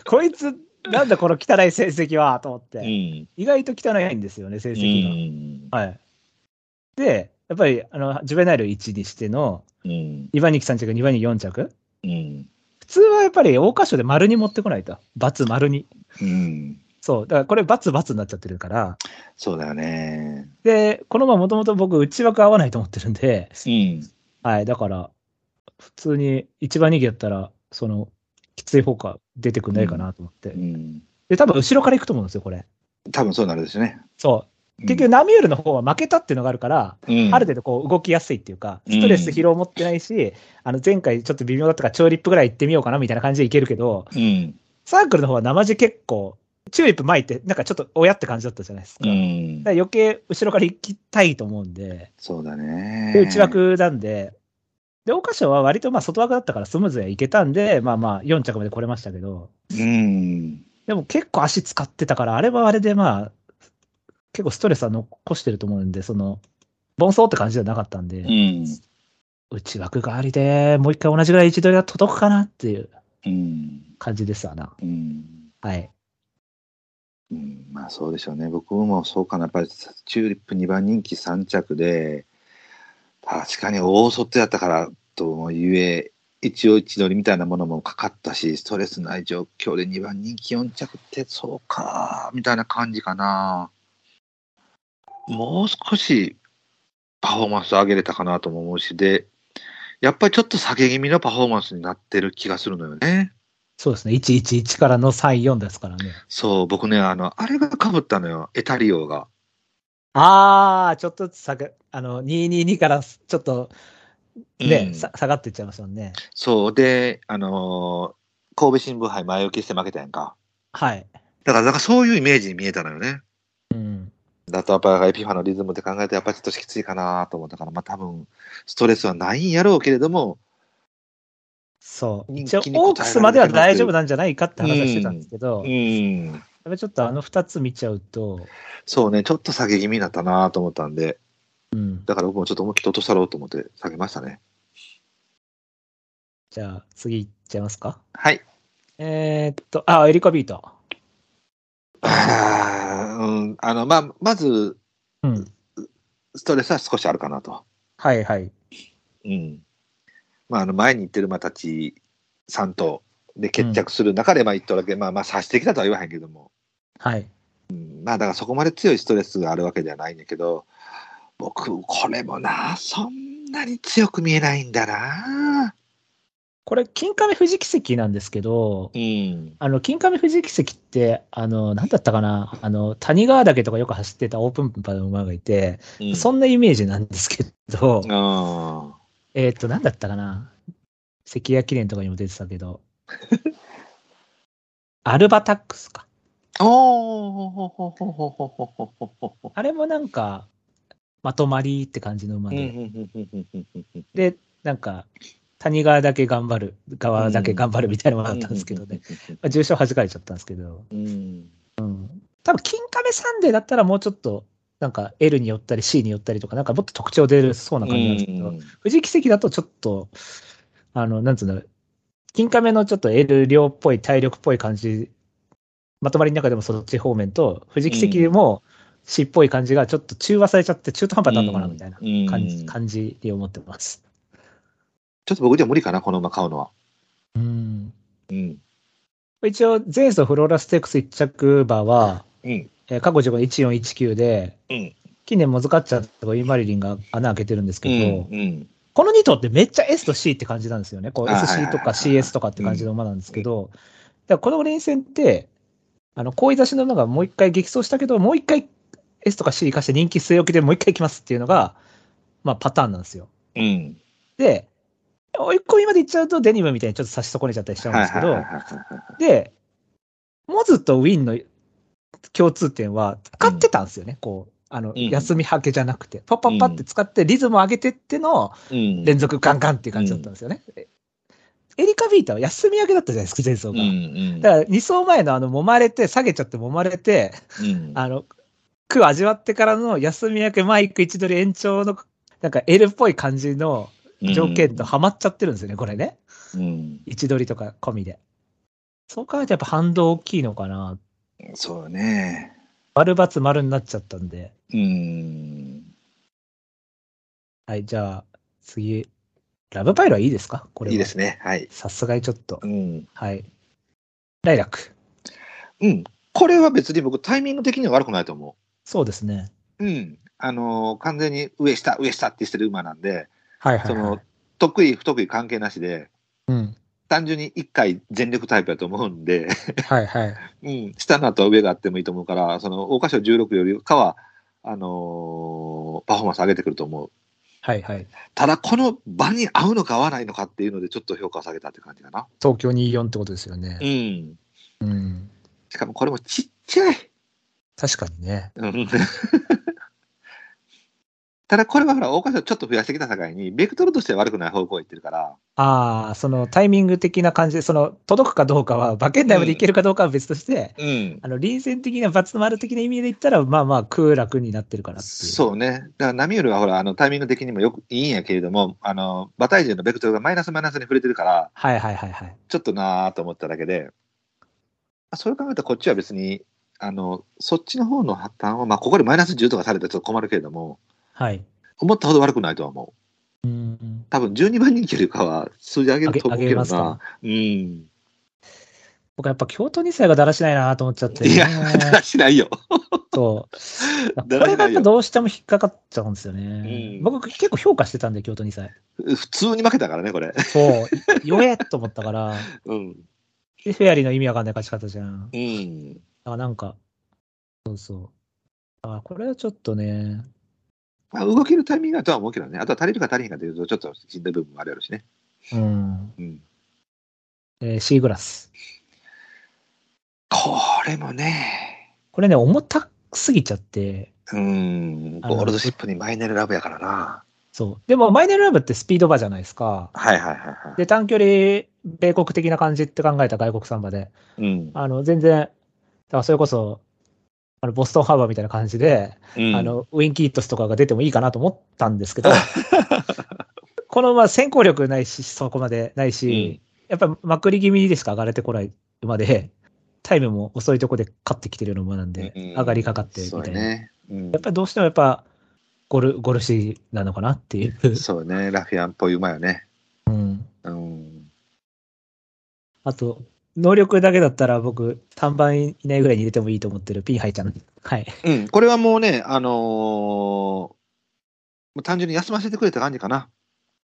[SPEAKER 2] こいつ、なんだこの汚い成績はと思っ
[SPEAKER 3] う
[SPEAKER 2] て。
[SPEAKER 3] ん。
[SPEAKER 2] 意外と汚いんですよね、成
[SPEAKER 3] う
[SPEAKER 2] 績が。
[SPEAKER 3] ん。
[SPEAKER 2] はい。で、やっぱり、あの、ジュベナイル1にしての、
[SPEAKER 3] うん。
[SPEAKER 2] 2番人気3着、2番人気4着。
[SPEAKER 3] うん。
[SPEAKER 2] 普通はやっぱり、桜花賞で丸に持ってこないと。×丸に。
[SPEAKER 3] うん。
[SPEAKER 2] そう。だからこれ、××になっちゃってるから。
[SPEAKER 3] そうだよね。
[SPEAKER 2] で、このままもともと僕、内枠合わないと思ってるんで、
[SPEAKER 3] うん。
[SPEAKER 2] はい。だから、普通に1番人気だったら、その、きつい方が出てくんないかなと思って。
[SPEAKER 3] うん。
[SPEAKER 2] で、多分後ろから行くと思うんですよ、これ。
[SPEAKER 3] 多分そうなるでしょうね。
[SPEAKER 2] そう。
[SPEAKER 3] うん
[SPEAKER 2] 結局、、ナミュールの方は負けたっていうのがあるから、
[SPEAKER 3] うん
[SPEAKER 2] ある程度こう動きやすいっていうか、
[SPEAKER 3] うん
[SPEAKER 2] ストレス、疲労持ってないし、あの前回ちょっと微妙だったから、チョーリップぐらい行ってみようかなみたいな感じでいけるけど、
[SPEAKER 3] うん。
[SPEAKER 2] サークルの方は生地結構、チューリップ巻いて、なんかちょっと親って感じだったじゃないですか。
[SPEAKER 3] う
[SPEAKER 2] だか
[SPEAKER 3] ん
[SPEAKER 2] ら。余計後ろから行きたいと思うんで、
[SPEAKER 3] そうだね。
[SPEAKER 2] で内枠なんで、で、桜花賞は割とまあ外枠だったからスムーズに行けたんで、まあまあ4着まで来れましたけど、
[SPEAKER 3] うん。
[SPEAKER 2] でも結構足使ってたから、あれはあれでまあ、結構ストレスは残してると思うんで、その、盆走って感じじゃなかったんで、
[SPEAKER 3] うん。
[SPEAKER 2] 内枠代わりでもう一回同じぐらい位置取りが届くかなっていう
[SPEAKER 3] うん。
[SPEAKER 2] 感じですわな。
[SPEAKER 3] うん。
[SPEAKER 2] はい。
[SPEAKER 3] うん、まあそうでしょうね。僕もそうかな。やっぱりチューリップ2番人気3着で、確かに大外やったからともゆえ、一応一乗りみたいなものもかかったし、ストレスない状況で2番人気4着ってそうか、みたいな感じかな。もう少しパフォーマンス上げれたかなとも思うし、で、やっぱりちょっと下げ気味のパフォーマンスになってる気がするのよね。
[SPEAKER 2] そうですね。111からの3、4ですからね。
[SPEAKER 3] そう、僕ね、あの、あれが被ったのよ。エタリオが。
[SPEAKER 2] あー、ちょっとずつ下げ、あの、222からちょっとね、
[SPEAKER 3] うん
[SPEAKER 2] さ下がっていっちゃいますもんね。
[SPEAKER 3] そうで、あのー神戸新聞杯前置きして負けたやんか。
[SPEAKER 2] はい。
[SPEAKER 3] だから、なんかそういうイメージに見えたのよね。
[SPEAKER 2] うん。
[SPEAKER 3] だとやっぱりエピファのリズムって考えるとやっぱりちょっときついかなと思ったから、まあ多分ストレスはないんやろうけれども、
[SPEAKER 2] そう。一
[SPEAKER 3] 人
[SPEAKER 2] 応
[SPEAKER 3] 気に応えられる、
[SPEAKER 2] オークスまでは大丈夫なんじゃないかって話はしてたんですけど、
[SPEAKER 3] う
[SPEAKER 2] やっ
[SPEAKER 3] ん、
[SPEAKER 2] ぱりちょっとあの2つ見ちゃうと、
[SPEAKER 3] そうね、ちょっと下げ気味になったなと思ったんで、
[SPEAKER 2] うん。
[SPEAKER 3] だから僕もちょっと思いっきり落としたろうと思って下げましたね。
[SPEAKER 2] じゃあ次いっちゃいますか。
[SPEAKER 3] はい。
[SPEAKER 2] えー、っと、あ、エリコビート。
[SPEAKER 3] あーうん、あの、まあ、まず、
[SPEAKER 2] うん。
[SPEAKER 3] ストレスは少しあるかなと。
[SPEAKER 2] はいはい。
[SPEAKER 3] うん。まあ、あの前に行ってる馬たち3頭で決着する中で、まあ一頭だけ、まあまあ差してきたとは言わへんけども、
[SPEAKER 2] はい。
[SPEAKER 3] うんまあだからそこまで強いストレスがあるわけではないんだけど、僕、これもな、そんなに強く見えないんだな。
[SPEAKER 2] これ、金亀富士奇跡なんですけど、
[SPEAKER 3] うん。
[SPEAKER 2] あの、金亀富士奇跡って、あの、なんだったかな、あの、谷川岳とかよく走ってたオープンパの馬がいて、
[SPEAKER 3] うん
[SPEAKER 2] そんなイメージなんですけど、
[SPEAKER 3] あ
[SPEAKER 2] えっと、なんだったかな、関谷記念とかにも出てたけど、 アルバタックスか。
[SPEAKER 3] おーほほほほほほほほほほ。
[SPEAKER 2] あれもなんか、まとまりって感じの馬
[SPEAKER 3] うん
[SPEAKER 2] で、
[SPEAKER 3] うんうんうんうんうんうんうん
[SPEAKER 2] で、なんか、谷川だけ頑張る、側だけ頑張るみたいなものだったんですけどね。まあ、重賞弾かれちゃったんですけど、
[SPEAKER 3] うん。
[SPEAKER 2] 多分、金亀サンデーだったらもうちょっと、なんか L に寄ったり C に寄ったりとか、なんかもっと特徴出るそうな感じなんですけど、富士奇跡だとちょっと、あの、なんつうんだろう、金亀のちょっと L 量っぽい、体力っぽい感じ、まとまりの中でもそっち方面と、富士奇跡も C っぽい感じがちょっと中和されちゃって、中途半端になるのかなみたいな感じ,、
[SPEAKER 3] うん
[SPEAKER 2] 感じに思ってます。
[SPEAKER 3] ちょっと僕じゃ無理かな、この馬買うのは。
[SPEAKER 2] うん。
[SPEAKER 3] うん。
[SPEAKER 2] 一応、前走フローラステークス1着馬は、
[SPEAKER 3] うん。
[SPEAKER 2] えー過去15の1419で、
[SPEAKER 3] うん
[SPEAKER 2] 近年もずかっちゃったとこインマリリンが穴開けてるんです
[SPEAKER 3] う
[SPEAKER 2] けど、
[SPEAKER 3] ん。うん。
[SPEAKER 2] この2頭ってめっちゃ S と C って感じなんですよね。こう
[SPEAKER 3] はいはいはい
[SPEAKER 2] SC とか CS とかって感じの馬なんですけど、だからこの連戦って、あの、こういう出しの馬がもう一回激走したけど、もう一回 S とか C 生かして人気据え置きでもう一回行きますっていうのが、まあパターンなんですよ。
[SPEAKER 3] うん。
[SPEAKER 2] で、追い込みまで行っちゃうとデニムみたいにちょっと差し損ねちゃったりしちゃうんですけど、で、モズとウィンの共通点は、使ってたんですよね、こう。あの、
[SPEAKER 3] うん
[SPEAKER 2] 休みはけじゃなくて、パッパッパって使ってリズムを上げてっての
[SPEAKER 3] うん。
[SPEAKER 2] 連続ガンガンっていう感じだったんですよね。えエリカ・ビータは休み明けだったじゃないですか、前走
[SPEAKER 3] うん
[SPEAKER 2] が。
[SPEAKER 3] うん。
[SPEAKER 2] だから2走前のあの、揉まれて、下げちゃって揉まれて、
[SPEAKER 3] うん
[SPEAKER 2] あの、苦を味わってからの休み明けマイク一取り延長の、なんか L っぽい感じの条件とハマっちゃってるんですよね、これね。
[SPEAKER 3] うん。
[SPEAKER 2] 位置取りとか込みで。そう考えるとやっぱ反動大きいのかな。
[SPEAKER 3] そうね。
[SPEAKER 2] 丸×丸になっちゃったんで。
[SPEAKER 3] うん。
[SPEAKER 2] はい、じゃあ次。ラブパイロはいいですかこれ
[SPEAKER 3] いいですね。はい。
[SPEAKER 2] ね。さすがにちょっと
[SPEAKER 3] う。ん。
[SPEAKER 2] はい。ライラック。
[SPEAKER 3] うん。これは別に僕、タイミング的には悪くないと思う。
[SPEAKER 2] そうですね。
[SPEAKER 3] うん、あの完全に上下、上下ってしてる馬なんで、
[SPEAKER 2] はい
[SPEAKER 3] その得意、不得意関係なしで、
[SPEAKER 2] うん。
[SPEAKER 3] 単純に1回全力タイプだと思うんで、
[SPEAKER 2] はいはい。
[SPEAKER 3] うん、下の後は上があってもいいと思うから、その桜花賞16よりかは、あのーパフォーマンス上げてくると思う。
[SPEAKER 2] はいはい。
[SPEAKER 3] ただ、この場に合うのか合わないのかっていうので、ちょっと評価を下げたって感じかな。
[SPEAKER 2] 東京24ってことですよね
[SPEAKER 3] う。ん。
[SPEAKER 2] うん。
[SPEAKER 3] しかもこれもちっちゃい。
[SPEAKER 2] 確かにね。
[SPEAKER 3] うん ただ、これはほら、桜花賞ちょっと増やしてきた境に、ベクトルとしては悪くない方向へ行ってるから、
[SPEAKER 2] ああ、そのタイミング的な感じで、その届くかどうかは、馬券内までいけるかどうかは別として、
[SPEAKER 3] うん。
[SPEAKER 2] あの臨戦的な×丸的な意味で言ったら、まあまあ空楽になってるからっていう。
[SPEAKER 3] そうね。だから、波よりはほら、あの、タイミング的にもよくいいんやけれども、あの、馬体重のベクトルがマイナスマイナスに触れてるから、
[SPEAKER 2] はいはいはいはい。
[SPEAKER 3] ちょっとなーと思っただけで、あそう考えたらこっちは別に、あの、そっちの方の発端は、まあ、ここでマイナス10とかされたらちょっと困るけれども、
[SPEAKER 2] はい。
[SPEAKER 3] 思ったほど悪くないとは思う。
[SPEAKER 2] うん。
[SPEAKER 3] 多分12番人気よりかは数字上げると思うけ
[SPEAKER 2] 上げ上げ
[SPEAKER 3] ど
[SPEAKER 2] ますか
[SPEAKER 3] な。うん。い
[SPEAKER 2] 僕やっぱ京都2歳がだらしないなと思っちゃって、
[SPEAKER 3] や、だらしないよ。
[SPEAKER 2] そう。こ
[SPEAKER 3] だらしない
[SPEAKER 2] れ
[SPEAKER 3] よ
[SPEAKER 2] がやっぱどうしても引っかかっちゃうんですよね。
[SPEAKER 3] うん
[SPEAKER 2] 僕結構評価してたんで、京都2歳。
[SPEAKER 3] 普通に負けたからね、これ。
[SPEAKER 2] そう。弱えと思ったから、
[SPEAKER 3] うん。
[SPEAKER 2] でフェアリーの意味わかんない勝ち方じゃん。だ
[SPEAKER 3] うん。
[SPEAKER 2] からなんか、そうそう。あこれはちょっとね、
[SPEAKER 3] まあ、動けるタイミングだとは思うけどね。あとは足りるか足りへんかというと、ちょっとしんどい部分もあるやろうしね。
[SPEAKER 2] うん。
[SPEAKER 3] うん。
[SPEAKER 2] えーシーグラス。
[SPEAKER 3] これもね、
[SPEAKER 2] これね、重たすぎちゃって、
[SPEAKER 3] うーん、
[SPEAKER 2] あの
[SPEAKER 3] ゴールドシップにマイネルラブやからな。
[SPEAKER 2] そう。でも、マイネルラブってスピード馬じゃないですか。
[SPEAKER 3] はいはいはいは
[SPEAKER 2] で、短距離、米国的な感じって考えた外国サンバで、
[SPEAKER 3] い。うん。
[SPEAKER 2] あの、全然、だからそれこそ、あの、ボストンハーバーみたいな感じで、あの、ウィンキートスとかが出てもいいかなと思ったんです けど、この馬は先行力ないし、そこまでないし、やっぱりまくり気味でしか上がれてこない馬で、タイムも遅いとこで勝ってきてるような馬なんで、
[SPEAKER 3] うん
[SPEAKER 2] 上がりかかってみ
[SPEAKER 3] そう
[SPEAKER 2] たいな。
[SPEAKER 3] ね。うん
[SPEAKER 2] やっぱりどうしてもやっぱ、ゴル、ゴルシーなのかなっていう。
[SPEAKER 3] そうね、ラフィアンっぽい馬よね。
[SPEAKER 2] うん。
[SPEAKER 3] うん。
[SPEAKER 2] あと、能力だけだったら僕、3番以内ぐらいに入れてもいいと思ってるピンハイちゃん。はい。
[SPEAKER 3] うん、これはもうね、あのーもう単純に休ませてくれた感じかな。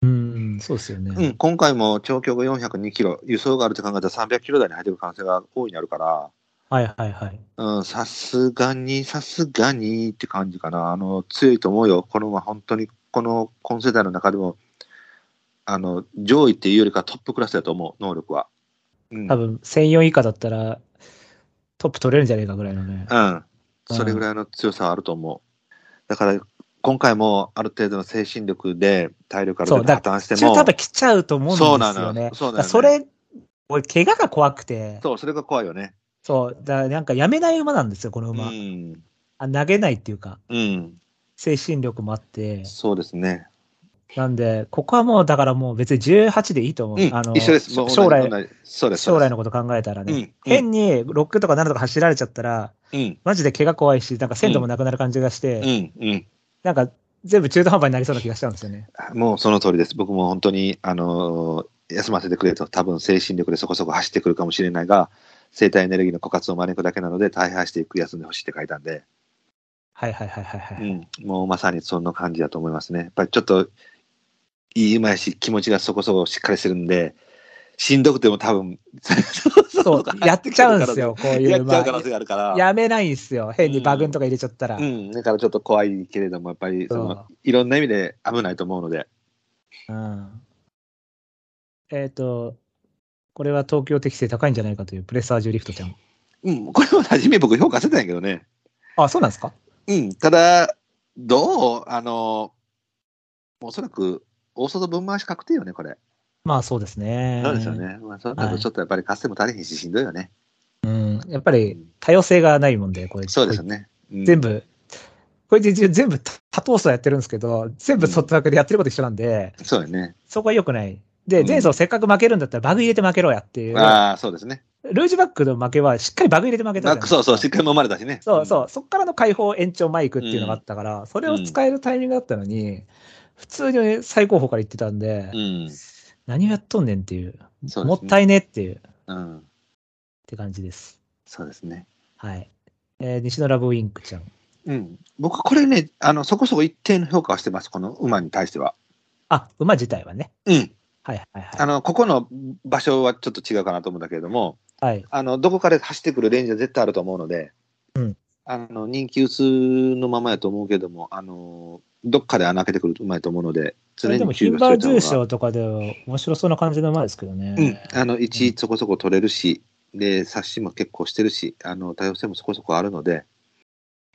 [SPEAKER 2] うん、そうですよ
[SPEAKER 3] う
[SPEAKER 2] ね。
[SPEAKER 3] ん、今回も長距離が402キロ、輸送があると考えたら300キロ台に入ってくる可能性が大いにあるから、
[SPEAKER 2] はいはいはい。
[SPEAKER 3] うん、さすがに、さすがにって感じかな。あの、強いと思うよ。この馬、本当に、この今世代の中でも、あの、上位っていうよりかトップクラスだと思う、能力は。うん、
[SPEAKER 2] 多分、1004以下だったら、トップ取れるんじゃねえかぐらいのね。
[SPEAKER 3] うん。それぐらいの強さはあると思う。だから、今回もある程度の精神力で、体力ある程度
[SPEAKER 2] そう
[SPEAKER 3] 破
[SPEAKER 2] だか
[SPEAKER 3] 綻して
[SPEAKER 2] 中
[SPEAKER 3] も
[SPEAKER 2] 多、分来ちゃうと思うんですよね。
[SPEAKER 3] そうなのよそう
[SPEAKER 2] だか
[SPEAKER 3] なのよ
[SPEAKER 2] らそれ、俺、怪我が怖くて、
[SPEAKER 3] そう、それが怖いよね。
[SPEAKER 2] そう、だからなんかやめない馬なんですよ、この
[SPEAKER 3] う
[SPEAKER 2] 馬。
[SPEAKER 3] ん。
[SPEAKER 2] あ投げないっていうか、
[SPEAKER 3] うん。
[SPEAKER 2] 精神力もあって。
[SPEAKER 3] そうですね。
[SPEAKER 2] なんで、ここはもう、だからもう別に18でいいと思う。
[SPEAKER 3] うん
[SPEAKER 2] あの
[SPEAKER 3] 一緒です。もう同じ
[SPEAKER 2] 将来、
[SPEAKER 3] 同じそうです。
[SPEAKER 2] 将来
[SPEAKER 3] の。
[SPEAKER 2] のこと考えたら
[SPEAKER 3] う
[SPEAKER 2] ね。
[SPEAKER 3] ん。
[SPEAKER 2] 変に6とか7とか走られちゃったら、
[SPEAKER 3] うん。
[SPEAKER 2] マジで怪我怖いし、なんか鮮度もなくなる感じがして、
[SPEAKER 3] うん。うん。
[SPEAKER 2] なんか全部中途半端になりそうな気がしちゃうんですよね。
[SPEAKER 3] もうその通りです。僕も本当に、あのー休ませてくれと、多分精神力でそこそこ走ってくるかもしれないが、生体エネルギーの枯渇を招くだけなので、大敗していく休んでほしいって書いたんで、
[SPEAKER 2] はいはいはいはい、は
[SPEAKER 3] う
[SPEAKER 2] い
[SPEAKER 3] ん、もうまさにそんな感じだと思いますね。やっぱりちょっと、いい馬やし、気持ちがそこそこしっかりしてるんで、しんどくても多分、
[SPEAKER 2] そう、やっちゃうんですよ、こうい
[SPEAKER 3] や
[SPEAKER 2] う
[SPEAKER 3] っちゃう可
[SPEAKER 2] 馬。
[SPEAKER 3] 能性があるから。
[SPEAKER 2] やめないんですよ。変にバグンとか入れちゃったら。
[SPEAKER 3] う
[SPEAKER 2] うん
[SPEAKER 3] ん、だからちょっと怖いけれども、やっぱりその
[SPEAKER 2] そ
[SPEAKER 3] いろんな意味で危ないと思うので、
[SPEAKER 2] えっ、と、これは東京適性高いんじゃないかというプレサージュリフトちゃん。
[SPEAKER 3] うん、これは初め僕評価してたんやけどね、
[SPEAKER 2] あ、そうなんですか
[SPEAKER 3] うん、ただ、どうあの、おそらく大外分回し確定よね、これ。
[SPEAKER 2] まあそうですね。
[SPEAKER 3] そうですよ。ね。まあ、そうなるとちょっとやっぱり活性も足りへんし、しんどいよね。
[SPEAKER 2] うん。やっぱり多様性がないもんで、これ。
[SPEAKER 3] そうですよね。うん
[SPEAKER 2] 全部、これで全部多投層やってるんですけど、全部そったわけでやってること一緒なんで、
[SPEAKER 3] そうよね。
[SPEAKER 2] そこは良くない。
[SPEAKER 3] う
[SPEAKER 2] で、
[SPEAKER 3] ん
[SPEAKER 2] 前走せっかく負けるんだったらバグ入れて負けろやっていう。
[SPEAKER 3] ああ、そうですね。
[SPEAKER 2] ルージュバックの負けはしっかりバグ入れて負けたじ
[SPEAKER 3] ま
[SPEAKER 2] ゃない
[SPEAKER 3] あ、
[SPEAKER 2] ですか
[SPEAKER 3] そうそう、しっかりも生まれたしね。
[SPEAKER 2] そうそう、そっからの解放延長マイクっていうのがあったから、それを使えるタイミングだったのに、普通に最高峰から言ってたんで、
[SPEAKER 3] うん。
[SPEAKER 2] 何をやっとんねんっていう、
[SPEAKER 3] うん。そうですね
[SPEAKER 2] もったいねっていう、っ
[SPEAKER 3] うん。
[SPEAKER 2] て感じです。
[SPEAKER 3] そうですね。
[SPEAKER 2] はい。えー西野ラブウィンクちゃん。
[SPEAKER 3] うん。僕、これね、あの、そこそこ一定の評価はしてます、この馬に対しては。
[SPEAKER 2] あ、馬自体はね。
[SPEAKER 3] うん。
[SPEAKER 2] はいはいはい。
[SPEAKER 3] あの、ここの場所はちょっと違うかなと思うんだけれども、
[SPEAKER 2] はい。
[SPEAKER 3] あの、どこかで走ってくるレンジは絶対あると思うので、
[SPEAKER 2] うん
[SPEAKER 3] あの、人気薄のままやと思うけども、あの、どっかで穴開けてくるうまいと思うので、
[SPEAKER 2] それでも、ヒンバ
[SPEAKER 3] 注
[SPEAKER 2] ー
[SPEAKER 3] 意は
[SPEAKER 2] 重
[SPEAKER 3] しておい
[SPEAKER 2] 賞とかでは面白そうな感じの馬ですけどね。
[SPEAKER 3] た方がうん。あの、1位そこそこ取れるし、で、冊子も結構してるし、あの、多様性もそこそこあるので、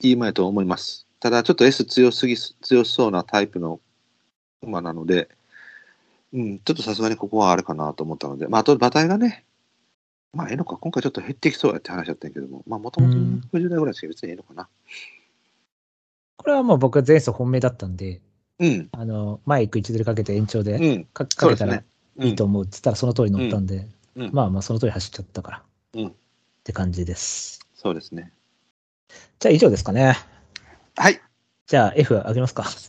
[SPEAKER 3] いい馬やと思います。ただ、ちょっと S 強すぎ、強そうなタイプの馬なので、うん、ちょっとさすがにここはあれかなと思ったので、まあ、あと馬体がね、まあ、ええのか、今回ちょっと減ってきそうやって話だったんやけども、まあ、もともと60代ぐらいしか別にええのかな。
[SPEAKER 2] これはもう僕は前走本命だったんで、
[SPEAKER 3] うん、
[SPEAKER 2] あの、マイク一ずりかけて延長
[SPEAKER 3] う
[SPEAKER 2] で
[SPEAKER 3] ん、
[SPEAKER 2] か,、
[SPEAKER 3] そう
[SPEAKER 2] け
[SPEAKER 3] で
[SPEAKER 2] た
[SPEAKER 3] す
[SPEAKER 2] ら
[SPEAKER 3] ね。
[SPEAKER 2] いいと思うっつったらその通り乗ったんで、
[SPEAKER 3] うんうん
[SPEAKER 2] まあまあその通り走っちゃったから、
[SPEAKER 3] うん
[SPEAKER 2] って感じです。
[SPEAKER 3] そうですね。
[SPEAKER 2] じゃあ以上ですかね。
[SPEAKER 3] はい、
[SPEAKER 2] じゃあ F 上げますか。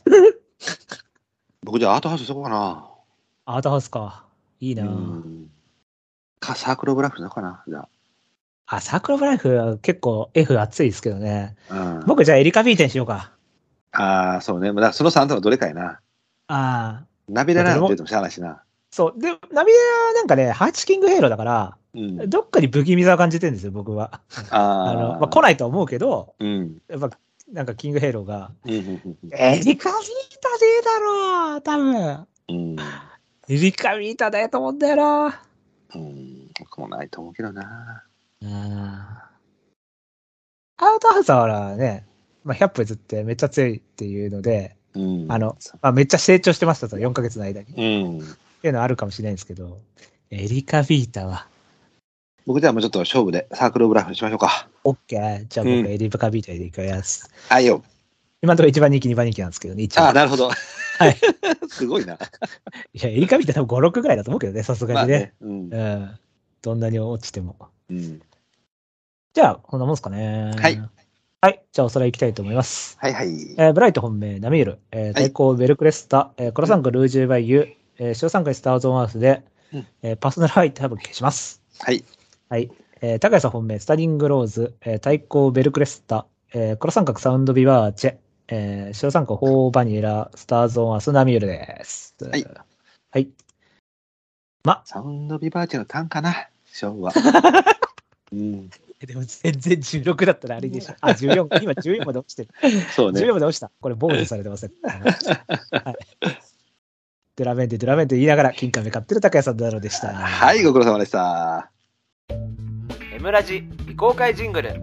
[SPEAKER 3] 僕じゃあアートハウスしとこうかな。
[SPEAKER 2] アートハウスか。いいな、
[SPEAKER 3] うん。か、サークルオブライフしとこうかな、じゃ
[SPEAKER 2] あ、サークルオブライフは結構 F 熱いですけどね。
[SPEAKER 3] あ。うん、
[SPEAKER 2] 僕じゃあエリカ・ビーテンしようか。
[SPEAKER 3] ああ、そうね。まあだからその3とのどれかやな。
[SPEAKER 2] ああ。
[SPEAKER 3] ナビラなんて言うてもしゃあないしな。
[SPEAKER 2] そう。で、ナビはなんかね、ハーチキングヘイローだから、
[SPEAKER 3] うん。
[SPEAKER 2] どっかに不気味さを感じてるんですよ、僕は。 あの、まあ、来
[SPEAKER 3] い。
[SPEAKER 2] ないとは思うけど、
[SPEAKER 3] うん。
[SPEAKER 2] やっぱ、なんかキングヘイローが、
[SPEAKER 3] うんうんうん
[SPEAKER 2] エリカ・ビータでいいだろう、多分。
[SPEAKER 3] うん。
[SPEAKER 2] エリカ・ビータだよと思うんだよな。
[SPEAKER 3] うん。僕もないと思うけどな。
[SPEAKER 2] あアウトハウザーはね、まあ、100歩譲ってめっちゃ強いっていうので、
[SPEAKER 3] うん。
[SPEAKER 2] あの、まあ、めっちゃ成長してましたと、4ヶ月の間に。っ
[SPEAKER 3] うん。
[SPEAKER 2] ていうのはあるかもしれないんですけど、エリカ・ビータは、
[SPEAKER 3] 僕じゃあもうちょっと勝負でサークルオブライフにしましょうか。
[SPEAKER 2] OK。じゃあ僕
[SPEAKER 3] うん
[SPEAKER 2] エリカ・ビータでいくやつ。
[SPEAKER 3] あいよ。
[SPEAKER 2] 今のところ1番人気、2番人気なんですけどね、一応
[SPEAKER 3] ああ、。なるほど。
[SPEAKER 2] はい
[SPEAKER 3] すごいな。
[SPEAKER 2] いや、エリカ・ビータ多分5、6ぐらいだと思うけどね、さす
[SPEAKER 3] ま
[SPEAKER 2] が
[SPEAKER 3] あ
[SPEAKER 2] にね
[SPEAKER 3] ね。。うん。
[SPEAKER 2] うん。どんなに落ちても。
[SPEAKER 3] うん
[SPEAKER 2] じゃあ、こんなもんすかね。
[SPEAKER 3] はい。
[SPEAKER 2] はい。じゃあ、おさらい行きたいと思います。
[SPEAKER 3] はいはい。
[SPEAKER 2] えーブライト本命、ナミール、えー、対抗ベルクレスタ、えー、黒三角ルージュバイユ、えー、白三角スターゾーンアースで、
[SPEAKER 3] うん
[SPEAKER 2] えーパーソナルハイタブ消します。
[SPEAKER 3] はい。
[SPEAKER 2] はい。えー、高谷さん本命、スタリングローズ、えー、対抗ベルクレスタ、えー、黒三角サウンドビワーチェ、えー、白三角ホーバニラ、スターゾーンアース、ナミールです。
[SPEAKER 3] い
[SPEAKER 2] はい。
[SPEAKER 3] サウンドビバーチェの単かな。勝負 は。うん。
[SPEAKER 2] でも全然16だったらあれでしょ。あ、14、今14まで落ちてる。
[SPEAKER 3] そうね
[SPEAKER 2] 14。まで落ちた。これ、防御されて ません。はいドゥラメンテ、ドゥラメンテ言いながら、金亀買ってる高谷さんだろうでした。
[SPEAKER 3] はい、ご苦労様でした。
[SPEAKER 4] エムラジ公開ジングル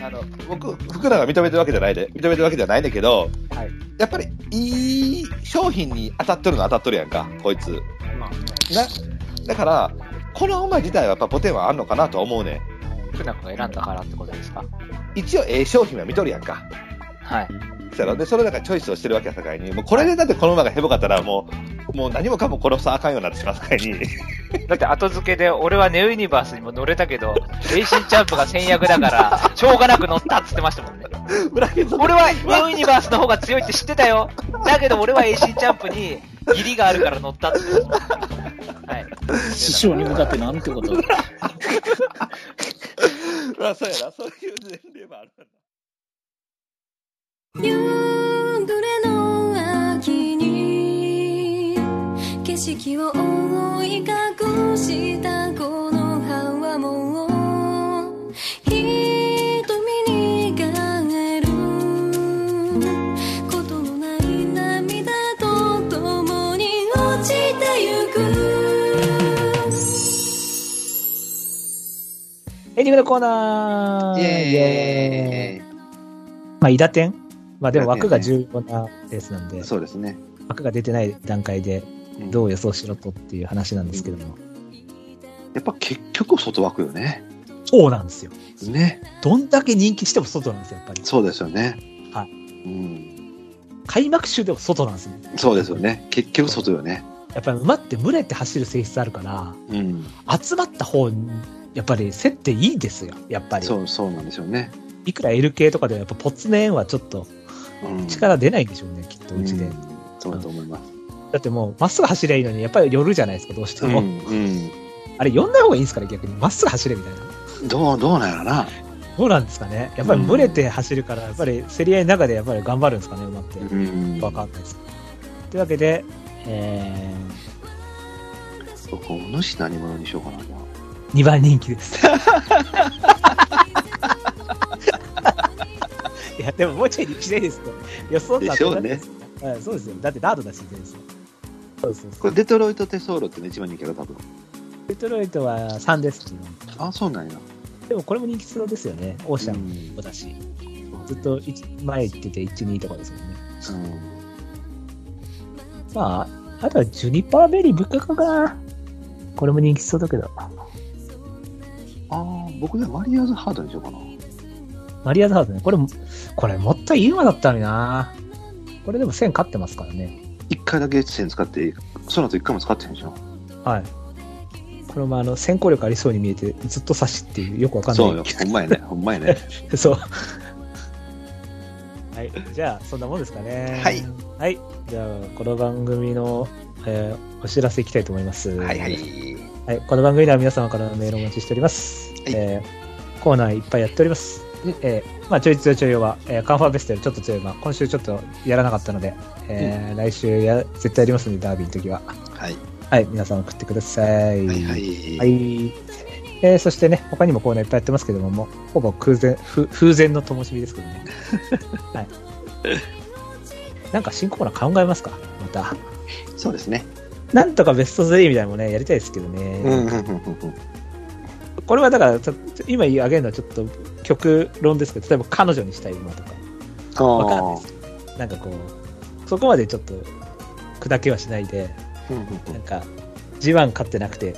[SPEAKER 3] あの僕、福永が認めてるわけじゃないで、認めてるわけじゃないんだけど、
[SPEAKER 2] はい
[SPEAKER 3] やっぱりいい商品に当たっとるのは当たっとるやんか、こいつ。
[SPEAKER 2] まあ、
[SPEAKER 3] なだから、この馬自体はやっぱポテンはあんのかなとは思うね
[SPEAKER 5] 福永が選んだからってことですか
[SPEAKER 3] ん。一応、ええ商品は見とるやんか。
[SPEAKER 5] はい。
[SPEAKER 3] そしたらでそれだからチョイスをしてるわけやさかいに、もうこれでだってこの馬がへぼかったら、もうもう何もかも殺さあかんようになってしまうさか いに、
[SPEAKER 5] だって後付けで、俺はネウユニバースにも乗れたけど、レイシンチャンプが戦略だ から、しょうがなく乗ったっつってましたもんね。
[SPEAKER 3] 村上さん
[SPEAKER 5] 俺はネウユニバースの方が強いって知ってたよ。だけど俺は AC チャンプに義理があるから乗ったって言ってました。はい。
[SPEAKER 6] 師匠に向かってなんてことを。
[SPEAKER 3] まあそうやな、そういう前例もあるわな
[SPEAKER 7] 夕暮れの秋に景色を覆い隠したこの葉はもう瞳に変えることのない涙と共に落ちてゆく
[SPEAKER 2] エンディングのコーナー
[SPEAKER 3] イエーイ
[SPEAKER 2] まあ、伊田店まあでも枠が
[SPEAKER 3] 伊達
[SPEAKER 2] 重要なレースなんで、
[SPEAKER 3] そうですね。
[SPEAKER 2] 枠が出てない段階で
[SPEAKER 3] うん
[SPEAKER 2] どう予想しろとっていう話なんですけども、
[SPEAKER 3] やっぱ結局外枠よね。
[SPEAKER 2] そうなんですよ。
[SPEAKER 3] ね。
[SPEAKER 2] どんだけ人気しても外なんですよ、やっぱり。
[SPEAKER 3] そうですよね。
[SPEAKER 2] はい
[SPEAKER 3] うん。
[SPEAKER 2] 開幕週でも外なんですね。
[SPEAKER 3] そうですよね。結局外よね。
[SPEAKER 2] やっぱり馬って群れて走る性質あるから、
[SPEAKER 3] うん。
[SPEAKER 2] 集まった方に、やっぱり競っていいですよ、やっぱり。
[SPEAKER 3] そう、そうなんですよね。
[SPEAKER 2] いくら L 系とかでもやっぱポツネーンはちょっと
[SPEAKER 3] うん
[SPEAKER 2] 力出ないんでしょうね、きっとうちで。
[SPEAKER 3] んそうだと思います。
[SPEAKER 2] だってもう、まっすぐ走りゃいいのに、やっぱり寄るじゃないですか、どうしても。
[SPEAKER 3] うん
[SPEAKER 2] あれ、寄んない方がいいんですから、逆に。まっすぐ走れみたいな。
[SPEAKER 3] うんどう、どうなんやろな。
[SPEAKER 2] どうなんですかね。やっぱり群れて走るから、やっぱり競り合いの中でやっぱり頑張るんですかね、馬って。
[SPEAKER 3] うん
[SPEAKER 2] わかんないです。というわけで、え
[SPEAKER 3] 僕、お主何者にしようかな。
[SPEAKER 2] ー、2番人気 です。いや、でももうちょい力士でいいですよ。予想
[SPEAKER 3] でしょうね。
[SPEAKER 2] うんそうですよ。だってダードだし、全然ですよ。そうですそうです
[SPEAKER 3] これ、デトロイトテソーロってね、一番人気だ、多分。
[SPEAKER 2] デトロイトは3です。
[SPEAKER 3] あ、そうなんや。
[SPEAKER 2] でもこれも人気そうですよね。オーシャンもだし。ずっと一前行ってて、1、2とかですもんね。
[SPEAKER 3] うん
[SPEAKER 2] まあ、あとはジュニパーベリーぶっかけかな。これも人気そうだけど。
[SPEAKER 3] ああ、僕ね、マリアーズハードにしようかな。
[SPEAKER 2] マリアーズハーズね。これも、これもっといい馬だったのにな。これでも1000勝ってますからね。
[SPEAKER 3] 一回だけ線使って、その後一回も使ってへんじゃん。
[SPEAKER 2] はい。これもあの、先行力ありそうに見えて、ずっと差しっていう、よくわかんない。
[SPEAKER 3] そうよ。ほんまやね。ほんまやね。
[SPEAKER 2] そう。はい。じゃあ、そんなもんですかね。
[SPEAKER 3] はい。
[SPEAKER 2] はい。じゃあ、この番組の、えーお知らせいきたいと思います。
[SPEAKER 3] はいはい。
[SPEAKER 2] はい。この番組では皆様からのメールをお待ちしております。
[SPEAKER 3] はい
[SPEAKER 2] えーコーナーいっぱいやっております。えーまあ、ちょい強いちょい弱、えーカンファーベストよりちょっと強いまあ今週ちょっとやらなかったので、えー来週や、絶対やりますので、ダービーの時は。
[SPEAKER 3] はい。
[SPEAKER 2] はい。皆さん送ってください。
[SPEAKER 3] はいはい。
[SPEAKER 2] は
[SPEAKER 3] はい。
[SPEAKER 2] い。えーそしてね、他にもコーナーいっぱいやってますけども、もうほぼ空前、ふ風前の灯火ですけど ね。はい。なんか新コーナー考えますかまた。
[SPEAKER 3] そうですね。
[SPEAKER 2] なんとかベスト3みたいなのもね、やりたいですけどね。
[SPEAKER 3] うんうんうんうん
[SPEAKER 2] これはだから、ちょちょ今言い上げるのはちょっと極論ですけど、例えば彼女にしたい馬とか、わかんない
[SPEAKER 3] あ
[SPEAKER 2] ですけど。なんかこう、そこまでちょっと砕けはしないで、
[SPEAKER 3] ーうんうん
[SPEAKER 2] なんか G1 勝ってなくて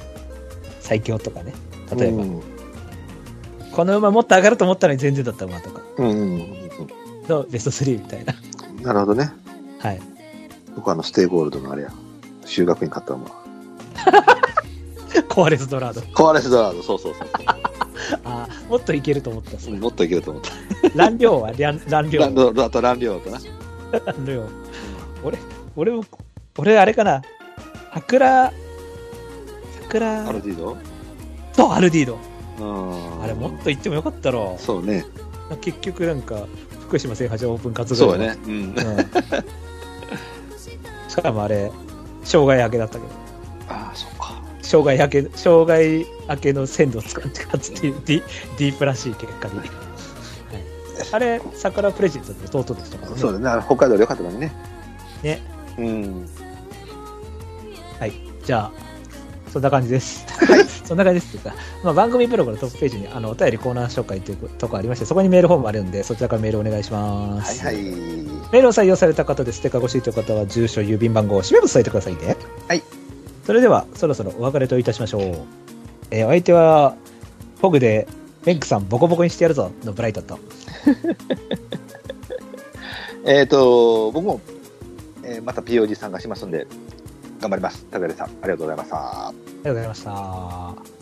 [SPEAKER 2] 最強とかね。
[SPEAKER 3] うん
[SPEAKER 2] 例えば、この馬もっと上がると思ったのに全然だった馬とか。
[SPEAKER 3] うんうんうん
[SPEAKER 2] のベスト3みたいな。
[SPEAKER 3] うんなるほどね。
[SPEAKER 2] はい。
[SPEAKER 3] 僕はあの、ステイゴールドのあれや。修学院買ったもん。
[SPEAKER 2] コアレスドラード。
[SPEAKER 3] コアレスドラード、そうそうそう
[SPEAKER 2] ああ、もっといけると思った。
[SPEAKER 3] うんもっといけると思った。
[SPEAKER 2] 乱量は 乱乱量。
[SPEAKER 3] ランド、あとランリオとな。
[SPEAKER 2] 乱量。俺、俺も、俺あれかな。桜、桜
[SPEAKER 3] アルディード
[SPEAKER 2] とアルディード。
[SPEAKER 3] うん
[SPEAKER 2] あれ、もっといってもよかったろ
[SPEAKER 3] そうね。
[SPEAKER 2] う。結局なんか、福島制覇者オープン活動
[SPEAKER 3] そうやね。。うん。
[SPEAKER 2] うんしかもあれ、障害明けだったけど。
[SPEAKER 3] ああ、そうか。
[SPEAKER 2] 障害明け、障害明けの鮮度を使って勝つっていうディディープらしい結果に。はいあれ、桜プレジデントの弟でしたからね。
[SPEAKER 3] そうだねあれ。北海道でよかったのにね。
[SPEAKER 2] ね。
[SPEAKER 3] うん。
[SPEAKER 2] はい。じゃあ、そんな感じです。 そんな感じですっていうか、まあ、番組ブログのトップページにあのお便りコーナー紹介というとこありまして、そこにメールフォームあるんで、そちらからメールお願いしま
[SPEAKER 3] はい
[SPEAKER 2] す。
[SPEAKER 3] はい。
[SPEAKER 2] メールを採用された方でステッカーが欲しいという方は、住所、郵便番号を締め物添えてくださいね。
[SPEAKER 3] はい。
[SPEAKER 2] それでは、そろそろお別れといたしましょう。えーお相手は、フォグで、メンクさんボコボコにしてやるぞのブライトと、
[SPEAKER 3] えっ、と、僕も、えーまた POG 参加しますんで、頑張ります。高谷さん、ありがとうございました。
[SPEAKER 2] ありがとうございました。